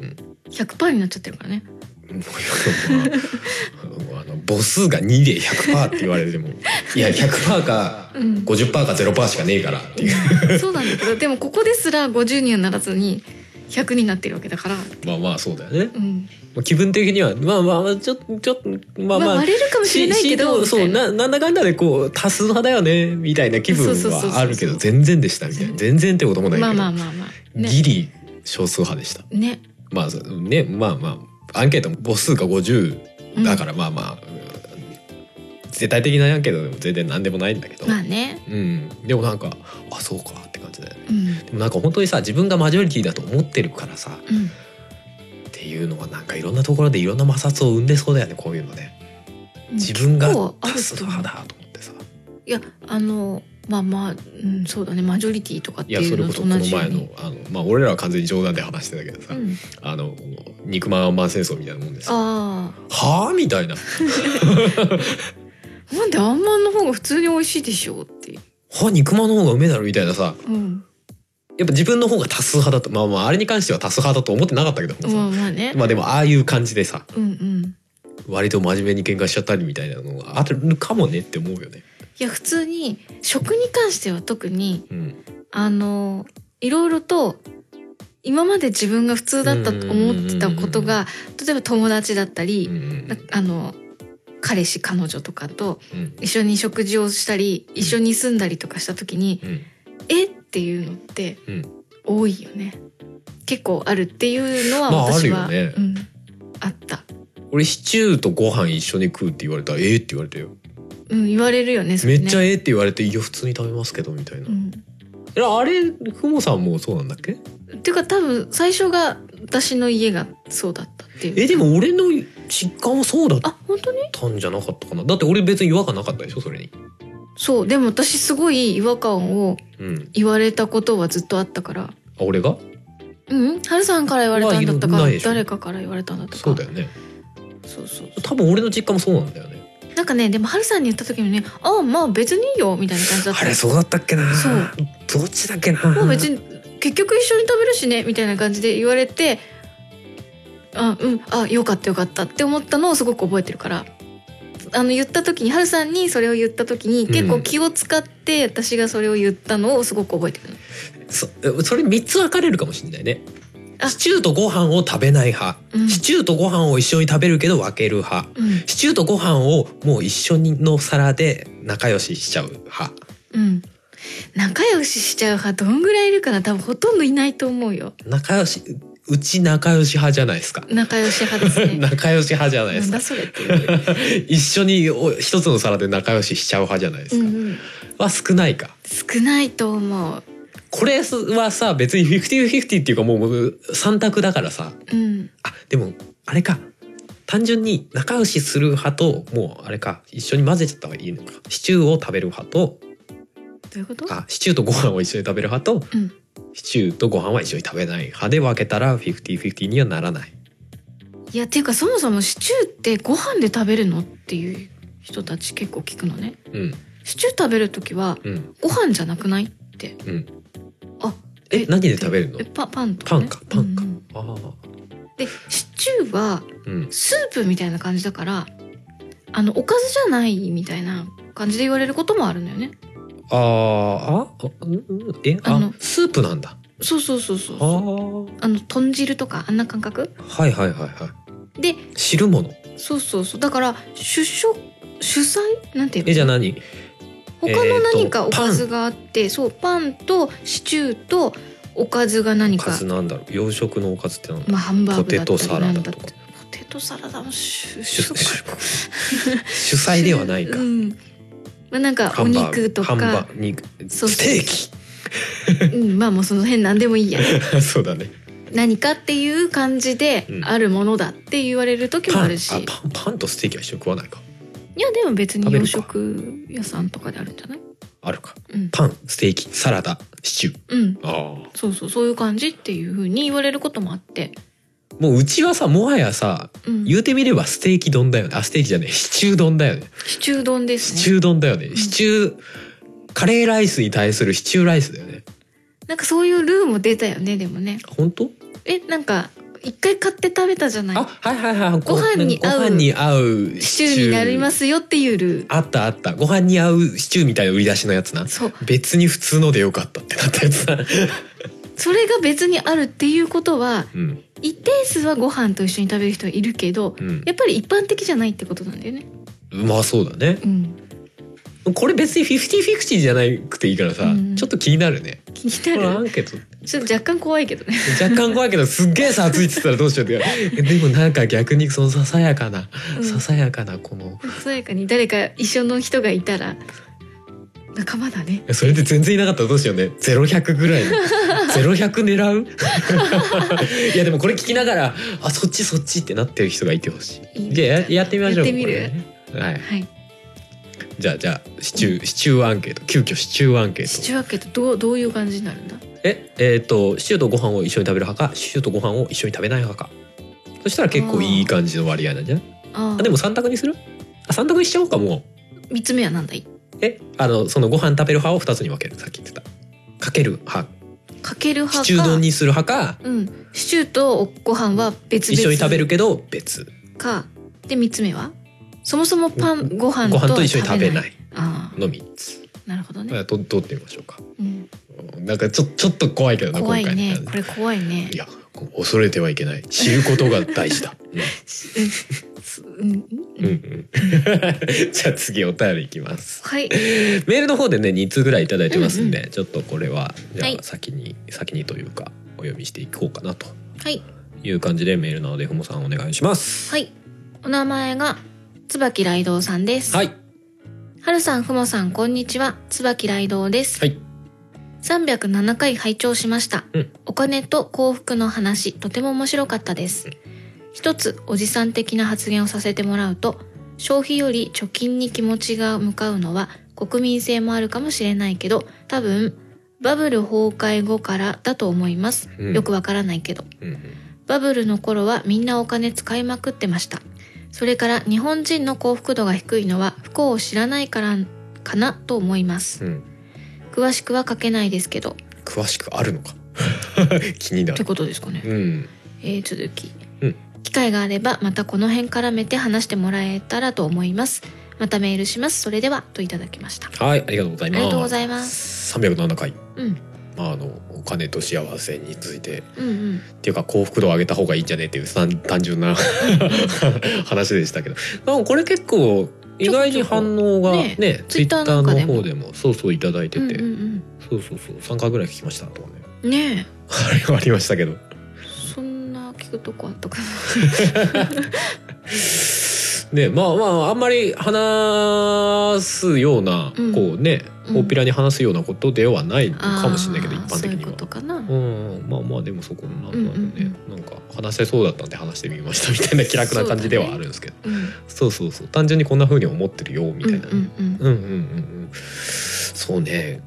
[SPEAKER 1] ん
[SPEAKER 2] 100%になっちゃってるからね
[SPEAKER 1] うんもうまああの母数が2で100%って言われてもいや100%か
[SPEAKER 2] うん
[SPEAKER 1] 50%か0%しかねえからっていう
[SPEAKER 2] そうなんだけどでもここですら50にはならずに100になってるわけだから、
[SPEAKER 1] まあまあそうだよね
[SPEAKER 2] うん
[SPEAKER 1] まあ気分的にはまあまあまあちょっとちょっとまあ
[SPEAKER 2] まあ、
[SPEAKER 1] まあ
[SPEAKER 2] 割れるかもしれないけど
[SPEAKER 1] ししそう
[SPEAKER 2] みたい
[SPEAKER 1] ななんだかんだでこう多数派だよねみたいな気分
[SPEAKER 2] そうそうそう
[SPEAKER 1] は
[SPEAKER 2] そう
[SPEAKER 1] あるけど全然でしたみたいな全然ってこともないけど、
[SPEAKER 2] まあまあまあまあね
[SPEAKER 1] ギリ少数派でした
[SPEAKER 2] ね、
[SPEAKER 1] まあそうねまあまあアンケートも母数が50だかららまあまあ、うん絶対的なアンケートでも全然何でもないんだけど、
[SPEAKER 2] まあね、
[SPEAKER 1] うん、でもなんかあそうかって感じだよね
[SPEAKER 2] うん
[SPEAKER 1] でもなんか本当にさ自分がマジョリティだと思ってるからさ
[SPEAKER 2] うん、
[SPEAKER 1] っていうのがなんかいろんなところでいろんな摩擦を生んでそうだよねこういうのね自分が
[SPEAKER 2] 結構あ
[SPEAKER 1] 多
[SPEAKER 2] る
[SPEAKER 1] 数
[SPEAKER 2] と思
[SPEAKER 1] 派
[SPEAKER 2] う
[SPEAKER 1] だと思ってさ
[SPEAKER 2] いやあのまあまあ、うん、そうだねマジョリティとかっ
[SPEAKER 1] い
[SPEAKER 2] て
[SPEAKER 1] や
[SPEAKER 2] い
[SPEAKER 1] そうれ
[SPEAKER 2] の
[SPEAKER 1] こそこ
[SPEAKER 2] と
[SPEAKER 1] の
[SPEAKER 2] 同じよう
[SPEAKER 1] 前
[SPEAKER 2] に
[SPEAKER 1] のあの、まあ、俺らは完全に冗談で話してたけどさ、
[SPEAKER 2] うん、
[SPEAKER 1] あの肉まんあんまん戦争みたいなもんですよ
[SPEAKER 2] あ
[SPEAKER 1] はあみたいな
[SPEAKER 2] あなんであんまんの方が普通に美味しいでしょうっていう、
[SPEAKER 1] は肉まんの方がうめえだろみたいなさ
[SPEAKER 2] うん、
[SPEAKER 1] やっぱ自分の方が多数派だとまあまああれに関しては多数派だと思ってなかったけどもさ
[SPEAKER 2] まあまあね、
[SPEAKER 1] まあでもああいう感じでさ
[SPEAKER 2] うんうん
[SPEAKER 1] 割と真面目に喧嘩しちゃったりみたいなのがあるかもねって思うよね。
[SPEAKER 2] いや普通に食に関しては特に
[SPEAKER 1] うん、
[SPEAKER 2] あのいろいろと今まで自分が普通だったと思ってたことが例えば友達だった
[SPEAKER 1] うんう
[SPEAKER 2] り、
[SPEAKER 1] ん
[SPEAKER 2] なあの彼氏彼女とかと
[SPEAKER 1] うん
[SPEAKER 2] 一緒に食事をしたり一緒に住んだりとかした時に
[SPEAKER 1] うん
[SPEAKER 2] えっていうのって
[SPEAKER 1] うん
[SPEAKER 2] 多いよね結構あるっていうのは
[SPEAKER 1] まあ
[SPEAKER 2] 私は、
[SPEAKER 1] あるよね
[SPEAKER 2] うん、あった、
[SPEAKER 1] 俺シチューとご飯一緒に食うって言われたらええって言われたよ
[SPEAKER 2] うん、言われるよねそ
[SPEAKER 1] め
[SPEAKER 2] れ
[SPEAKER 1] っ
[SPEAKER 2] ね
[SPEAKER 1] ちゃええって言われていや普通に食べますけどみたいな、
[SPEAKER 2] うん
[SPEAKER 1] いやあれふもさんもそうなんだっけ
[SPEAKER 2] っていうか多分最初が私の家がそうだったっていう
[SPEAKER 1] えでも俺の実感はそうだっ
[SPEAKER 2] あ本当に
[SPEAKER 1] たんじゃなかったかなだって俺別に違和感なかったでしょそれに
[SPEAKER 2] そうでも私すごい違和感を
[SPEAKER 1] うん
[SPEAKER 2] 言われたことはずっとあったから
[SPEAKER 1] あ俺が
[SPEAKER 2] うんハルさんから言われたんだった
[SPEAKER 1] まあ
[SPEAKER 2] か
[SPEAKER 1] ないでしょ
[SPEAKER 2] 誰かから言われたんだったか
[SPEAKER 1] そうだよね
[SPEAKER 2] そうそう
[SPEAKER 1] 多分俺の実感もそうなんだよね
[SPEAKER 2] なんかねでもハルさんに言った時にね「ああまあ別にいいよ」みたいな感じだった
[SPEAKER 1] あれそうだったっけな
[SPEAKER 2] そう
[SPEAKER 1] どっちだっけな
[SPEAKER 2] もう別に結局一緒に食べるしねみたいな感じで言われてあうんあよかったよかったって思ったのをすごく覚えてるからあの言った時にハルさんにそれを言った時に結構気を使って私がそれを言ったのをすごく覚えてるの、
[SPEAKER 1] そそれ3つ分かれるかもしれないね
[SPEAKER 2] あ
[SPEAKER 1] シチューとご飯を食べない派、
[SPEAKER 2] うん
[SPEAKER 1] シチューとご飯を一緒に食べるけど分ける派
[SPEAKER 2] うん
[SPEAKER 1] シチューとご飯をもう一緒にの皿で仲良ししちゃう派
[SPEAKER 2] うん、仲良ししちゃう派どんぐらいいるかな多分ほとんどいないと思うよ
[SPEAKER 1] 仲良しうち仲良し派じゃないですか
[SPEAKER 2] 仲良し 派ですね
[SPEAKER 1] 仲良し派じゃないで
[SPEAKER 2] なん
[SPEAKER 1] すか
[SPEAKER 2] だそれっていう、
[SPEAKER 1] 一緒にお一つの皿で仲良ししちゃう派じゃないで
[SPEAKER 2] う
[SPEAKER 1] すか、
[SPEAKER 2] んうん、
[SPEAKER 1] は少ないか
[SPEAKER 2] 少ないと思う
[SPEAKER 1] これはさ別にフィフティフィフティっていうかもう3択だからさ
[SPEAKER 2] うん
[SPEAKER 1] あでもあれか単純に仲良しする派ともうあれか一緒に混ぜちゃった方がいいのかシチューを食べる派と
[SPEAKER 2] どういうこと
[SPEAKER 1] あシチューとご飯を一緒に食べる派と
[SPEAKER 2] うん
[SPEAKER 1] シチューとご飯は一緒に食べない派で分けたらフィフティフィフティにはならない
[SPEAKER 2] いやっていうかそもそもシチューってご飯で食べるのっていう人たち結構聞くのね
[SPEAKER 1] うん
[SPEAKER 2] シチュー食べる時は
[SPEAKER 1] うん
[SPEAKER 2] ご飯じゃなくないって
[SPEAKER 1] うん
[SPEAKER 2] あ
[SPEAKER 1] え何で食べるの
[SPEAKER 2] えパパンと
[SPEAKER 1] パ
[SPEAKER 2] か、
[SPEAKER 1] ン
[SPEAKER 2] ね、
[SPEAKER 1] かパンか
[SPEAKER 2] うんうん
[SPEAKER 1] ああ
[SPEAKER 2] でシチューは
[SPEAKER 1] うん
[SPEAKER 2] スープみたいな感じだからあのおかずじゃないみたいな感じで言われることもあるんだよね
[SPEAKER 1] あーああうんえ
[SPEAKER 2] あ
[SPEAKER 1] あ
[SPEAKER 2] の
[SPEAKER 1] スープなんだ
[SPEAKER 2] そうそうそうそう
[SPEAKER 1] ああ
[SPEAKER 2] あ
[SPEAKER 1] は
[SPEAKER 2] の豚汁とかあんな感覚
[SPEAKER 1] いはいはいはい
[SPEAKER 2] で
[SPEAKER 1] 汁物
[SPEAKER 2] そうそうそうだから主食主菜なんていうの
[SPEAKER 1] えじゃあ何
[SPEAKER 2] 他の何
[SPEAKER 1] えー
[SPEAKER 2] か
[SPEAKER 1] と
[SPEAKER 2] おかずがあって、そうパンとシチューとおかずが何
[SPEAKER 1] お
[SPEAKER 2] か
[SPEAKER 1] かずなんだろう洋食のおかずってなんだろう
[SPEAKER 2] まあハンバーグだった
[SPEAKER 1] ポテトサ
[SPEAKER 2] り
[SPEAKER 1] ラダ
[SPEAKER 2] な
[SPEAKER 1] と
[SPEAKER 2] ん
[SPEAKER 1] か
[SPEAKER 2] だってポテトサラダも主
[SPEAKER 1] 主
[SPEAKER 2] 食
[SPEAKER 1] 主菜ではないか
[SPEAKER 2] うんまあ、なんか
[SPEAKER 1] ハ
[SPEAKER 2] お
[SPEAKER 1] ンバーグ
[SPEAKER 2] 肉と
[SPEAKER 1] ハンバ
[SPEAKER 2] か、
[SPEAKER 1] ーグ肉
[SPEAKER 2] そう
[SPEAKER 1] ステー
[SPEAKER 2] うん、まあもうその辺何で もいいや
[SPEAKER 1] キそうだね
[SPEAKER 2] 何かっていう感じで
[SPEAKER 1] うん
[SPEAKER 2] あるものだって言われる時も
[SPEAKER 1] パ
[SPEAKER 2] あ
[SPEAKER 1] ン
[SPEAKER 2] る
[SPEAKER 1] あ
[SPEAKER 2] し、い
[SPEAKER 1] パンパンとステーキは一緒に食わないか
[SPEAKER 2] やでも別に
[SPEAKER 1] 食べる
[SPEAKER 2] 洋
[SPEAKER 1] か
[SPEAKER 2] 食屋さんとかであるんじゃない
[SPEAKER 1] あるか
[SPEAKER 2] うん、
[SPEAKER 1] パンステーキサラダシチュー
[SPEAKER 2] うん、
[SPEAKER 1] ああ
[SPEAKER 2] そうそうそういう感じっていうふうに言われることもあって、
[SPEAKER 1] もううちはさもはやさ
[SPEAKER 2] うん、
[SPEAKER 1] 言うてみればステーキ丼だよねあステーキじゃねえシチュー丼だよね
[SPEAKER 2] シチュー丼です
[SPEAKER 1] シ
[SPEAKER 2] ね
[SPEAKER 1] チュー丼だよね、
[SPEAKER 2] ん
[SPEAKER 1] シチューカレーライスに対するシチューライスだよね
[SPEAKER 2] なんかそういうルーも出たよねでもね
[SPEAKER 1] 本当
[SPEAKER 2] えなんか一回買って食べたじゃな
[SPEAKER 1] あは
[SPEAKER 2] い
[SPEAKER 1] いはいはい
[SPEAKER 2] ご飯に合う
[SPEAKER 1] ご飯に合う
[SPEAKER 2] シチューになりますよっていうルー
[SPEAKER 1] あったあったご飯に合うシチューみたいな売り出しのやつな
[SPEAKER 2] そう
[SPEAKER 1] 別に普通のでよかったってなったやつな
[SPEAKER 2] それが別にあるっていうことは
[SPEAKER 1] うん
[SPEAKER 2] 一定数はご飯と一緒に食べる人いるけど
[SPEAKER 1] うん
[SPEAKER 2] やっぱり一般的じゃないってことなんだよね
[SPEAKER 1] まあそうだね
[SPEAKER 2] うん
[SPEAKER 1] これ別にフィフティフィフティじゃなくていいからさ、
[SPEAKER 2] うん
[SPEAKER 1] ちょっと気になるね
[SPEAKER 2] 気に
[SPEAKER 1] このア
[SPEAKER 2] なる
[SPEAKER 1] ンケート
[SPEAKER 2] ちょっと若干怖いけどね
[SPEAKER 1] 若干怖いけどすっげえさ熱いって言ったらどうしようって でもなんか逆にそのささやかな、
[SPEAKER 2] うん
[SPEAKER 1] ささやかなこの
[SPEAKER 2] ささやかに誰か一緒の人がいたら仲間だね
[SPEAKER 1] それで全然いなかったらどうしようね。ゼロ百ぐらいの。ゼロ百狙う いやでもこれ聞きながら、あ、そっちそっちってなってる人がいてほし
[SPEAKER 2] いい
[SPEAKER 1] い。
[SPEAKER 2] ね
[SPEAKER 1] で、ややってみましょう。
[SPEAKER 2] やってみる
[SPEAKER 1] これねはい。
[SPEAKER 2] はい
[SPEAKER 1] じゃあじゃあ、シチュー、シチューアンケート。急遽シチューアンケ
[SPEAKER 2] シ
[SPEAKER 1] ート。
[SPEAKER 2] チューアーケートどうどういう感じになるんだ
[SPEAKER 1] え、えっ、と、シチューとご飯を一緒に食べる派か、シチューとご飯を一緒に食べない派か。そしたら結構いい感じの割合なんじゃない
[SPEAKER 2] あ
[SPEAKER 1] あ、でも三択にするあ、三択にしちゃおうか、も。
[SPEAKER 2] 3つ目はなんだいう
[SPEAKER 1] え、あの、そのご飯食べる派を二つに分ける。さっき言ってた。かける派。
[SPEAKER 2] かける派
[SPEAKER 1] シ
[SPEAKER 2] か
[SPEAKER 1] チュー丼にする派か、
[SPEAKER 2] うん、シチューとご飯は別々
[SPEAKER 1] 一緒に食べるけど別
[SPEAKER 2] かで3つ目はそもそもパンご飯
[SPEAKER 1] ご
[SPEAKER 2] と
[SPEAKER 1] 飯と一緒に食べない
[SPEAKER 2] ああ
[SPEAKER 1] の3つ
[SPEAKER 2] なるほどね、
[SPEAKER 1] とどうってみましょうか
[SPEAKER 2] うん、
[SPEAKER 1] なんかちょちょっと怖いけどな
[SPEAKER 2] 怖
[SPEAKER 1] 今
[SPEAKER 2] い
[SPEAKER 1] 回
[SPEAKER 2] ね
[SPEAKER 1] の
[SPEAKER 2] これ怖いね
[SPEAKER 1] いや 恐れてはいけない知ることが大事だ、うん
[SPEAKER 2] すうんすうんうん
[SPEAKER 1] うんうん、 じゃあ次お便りいきます
[SPEAKER 2] はい
[SPEAKER 1] メールの方でね2通ぐらいいただいてますんで、ちょっとこれはじゃ
[SPEAKER 2] はい
[SPEAKER 1] あ先に、先にというかお読みしていこうかなと
[SPEAKER 2] はい
[SPEAKER 1] いう感じでメールなのでふもさんお願いします
[SPEAKER 2] はいお名前が椿雷道さんです、
[SPEAKER 1] はい
[SPEAKER 2] はるさんふもさんこんにちは椿雷道です、
[SPEAKER 1] はい
[SPEAKER 2] 307回拝聴しました、
[SPEAKER 1] うん
[SPEAKER 2] お金と幸福の話とても面白かったです一つおじさん的な発言をさせてもらうと消費より貯金に気持ちが向かうのは国民性もあるかもしれないけど多分バブル崩壊後からだと思います、
[SPEAKER 1] うん
[SPEAKER 2] よくわからないけど
[SPEAKER 1] うん
[SPEAKER 2] バブルの頃はみんなお金使いまくってました。それから日本人の幸福度が低いのは不幸を知らないからかなと思います。
[SPEAKER 1] うん、うん、
[SPEAKER 2] 詳しくは書けないですけど。
[SPEAKER 1] 詳しくあるの か気にな
[SPEAKER 2] って
[SPEAKER 1] る
[SPEAKER 2] ことですかね。
[SPEAKER 1] うん
[SPEAKER 2] えー続き、
[SPEAKER 1] うん
[SPEAKER 2] 機会があればまたこの辺絡めて話してもらえたらと思います。またメールします。それでは、といただきました。
[SPEAKER 1] はいありがとうございます
[SPEAKER 2] ありがとうございます
[SPEAKER 1] 307回
[SPEAKER 2] うん。
[SPEAKER 1] まああのお金と幸せについて
[SPEAKER 2] うんうん。
[SPEAKER 1] っていうか幸福度を上げた方がいいんじゃねっていうさん単純な 話でしたけどなんかこれ結構意外に反応が
[SPEAKER 2] ね
[SPEAKER 1] ねツイッタ
[SPEAKER 2] Twitter
[SPEAKER 1] ー
[SPEAKER 2] な
[SPEAKER 1] の
[SPEAKER 2] んかでも
[SPEAKER 1] 方でもそうそういただいてて、
[SPEAKER 2] うんうん
[SPEAKER 1] そうそうそう3回ぐらい聞きましたとかね
[SPEAKER 2] うん。ね
[SPEAKER 1] あれはありましたけど
[SPEAKER 2] え、そんな聞くとこあったかな。
[SPEAKER 1] ねまあまああんまり話すような、
[SPEAKER 2] うん
[SPEAKER 1] こうね
[SPEAKER 2] うん
[SPEAKER 1] 大っぴらに話すようなことではないの かもしれないけど、
[SPEAKER 2] あー
[SPEAKER 1] 一般的
[SPEAKER 2] そうい
[SPEAKER 1] に
[SPEAKER 2] う
[SPEAKER 1] は
[SPEAKER 2] ことかな。
[SPEAKER 1] うん、まあまあでもそこのなんだろうね、
[SPEAKER 2] うん
[SPEAKER 1] なんか話せそうだったんで話してみましたみたいな気楽な感じではあるんですけど
[SPEAKER 2] うん。
[SPEAKER 1] そう,、そうそう単純にこんな風に思ってるよみたいな、
[SPEAKER 2] うんうん
[SPEAKER 1] うんうんうんうんそうね